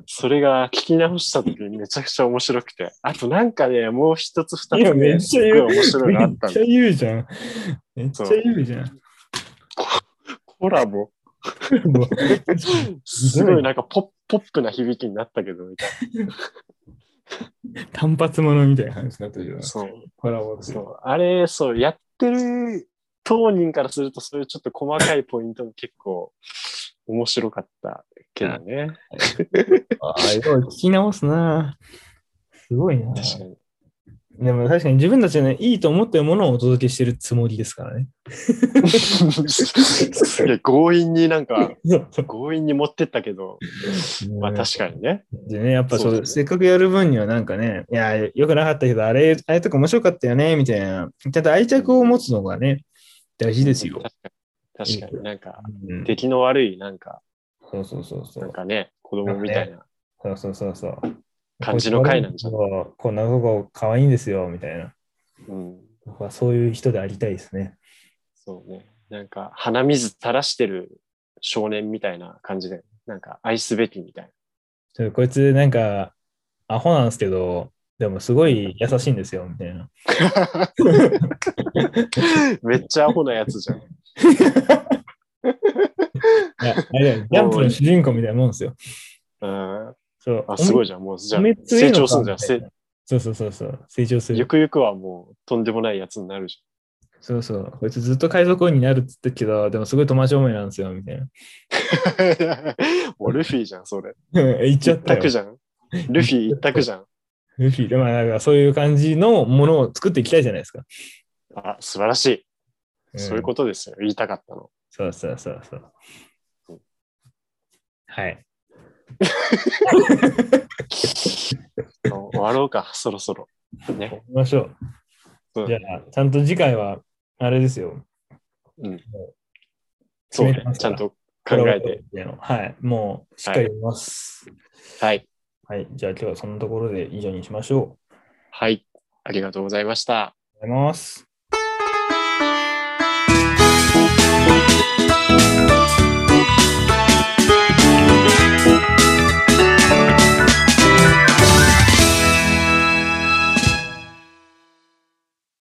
Speaker 2: それが聞き直した時にめちゃくちゃ面白くて。あとなんかね、もう一つ二
Speaker 1: いや
Speaker 2: つ
Speaker 1: めっ
Speaker 2: ね、
Speaker 1: ちゃ
Speaker 2: すっご
Speaker 1: 言
Speaker 2: いう面白いのあ
Speaker 1: め
Speaker 2: っ
Speaker 1: った
Speaker 2: ん
Speaker 1: ちゃ
Speaker 2: で。
Speaker 1: 言うじゃん。めっちゃ言うじゃん。
Speaker 2: コラボ。
Speaker 1: もう
Speaker 2: すごいなんかポッポップな響きになったけど、みたい
Speaker 1: <laughs> 単発ものみたいな話になってるよ
Speaker 2: な。
Speaker 1: な。
Speaker 2: そう。
Speaker 1: コラボ
Speaker 2: そう。あれ、そう、やってる当人からすると、そういうちょっと細かいポイントも結構面白かったけどね。
Speaker 1: ああ、よう聞き直すな。すごいな。
Speaker 2: 確か <laughs> に。
Speaker 1: でも確かに自分たちのいいと思ってるものをお届けしてるつもりですから
Speaker 2: <laughs>
Speaker 1: ね。
Speaker 2: すげえ強引になんか、
Speaker 1: そうそう
Speaker 2: 強引に持ってったけど、まあ確かにね。
Speaker 1: でね、やっぱそう
Speaker 2: そうだね
Speaker 1: せっかくやる分にはなんかね、いや、よくなかったけど、あれ、あれとか面白かったよね、みたいな。ちゃんと愛着を持つのがね、大事ですよ。
Speaker 2: 確かに、確かになんか、
Speaker 1: うん、
Speaker 2: 敵の悪い、なんか、
Speaker 1: そうそうそうそ
Speaker 2: なん
Speaker 1: う。
Speaker 2: かね、子供みたいな
Speaker 1: そうそうそうそう。
Speaker 2: 感じの回なんじゃん。
Speaker 1: そうこんなとこ可愛いんですよ、みたいな。
Speaker 2: うん。
Speaker 1: 僕はそういう人でありたいですね。
Speaker 2: そうね。なんか、鼻水垂らしてる少年みたいな感じで、なんか、愛すべきみた
Speaker 1: <laughs>
Speaker 2: い
Speaker 1: ちょこいつ、なんか、アホなんですけど、でもすごい優しいんですよ、みたいな。
Speaker 2: な。めっちゃアホなやつじゃん。
Speaker 1: いやあれだよジャンプの主人公みたいなもんですよ。
Speaker 2: うん。
Speaker 1: そう。
Speaker 2: あ、すごい
Speaker 1: じ
Speaker 2: じゃん。もう、じゃあ、成長するんじゃん。せ
Speaker 1: そうそうそうそう。成長する
Speaker 2: ゆ。くゆくはもう、とんでもないやつになるじ
Speaker 1: そうそう。こいつずっと海賊王になるっつってたけど、でもすごい友達思いなんですよ、みたいな。 <laughs>
Speaker 2: ゃん。もう、ルフィじゃん、それ。
Speaker 1: 言っちゃ
Speaker 2: 一
Speaker 1: ったよ
Speaker 2: 択。じゃん。ルフィ一択じゃん。
Speaker 1: ルフィ。まあ、なんかそういう感じのものを作っていきたいじゃないですか。
Speaker 2: あ、素晴らしい。そういう
Speaker 1: と。
Speaker 2: ことですよ。言いたかった
Speaker 1: <laughs>
Speaker 2: の。
Speaker 1: そうそうそうそう。はい。
Speaker 2: もう終わろうか、そろそろ。
Speaker 1: 行
Speaker 2: ね。
Speaker 1: きましょ
Speaker 2: う
Speaker 1: う。
Speaker 2: ん
Speaker 1: じゃあ、ちゃんと次回は、あれですよ。
Speaker 2: そう
Speaker 1: 決め
Speaker 2: ね
Speaker 1: てま。す
Speaker 2: ち
Speaker 1: か
Speaker 2: ゃんと考えて。。
Speaker 1: はい。もう、しっかりやります。
Speaker 2: はい。
Speaker 1: はい。じゃあ、今日はそのところで以上にしましょう。
Speaker 2: はい。ありがとうございました。
Speaker 1: ありがとうございます。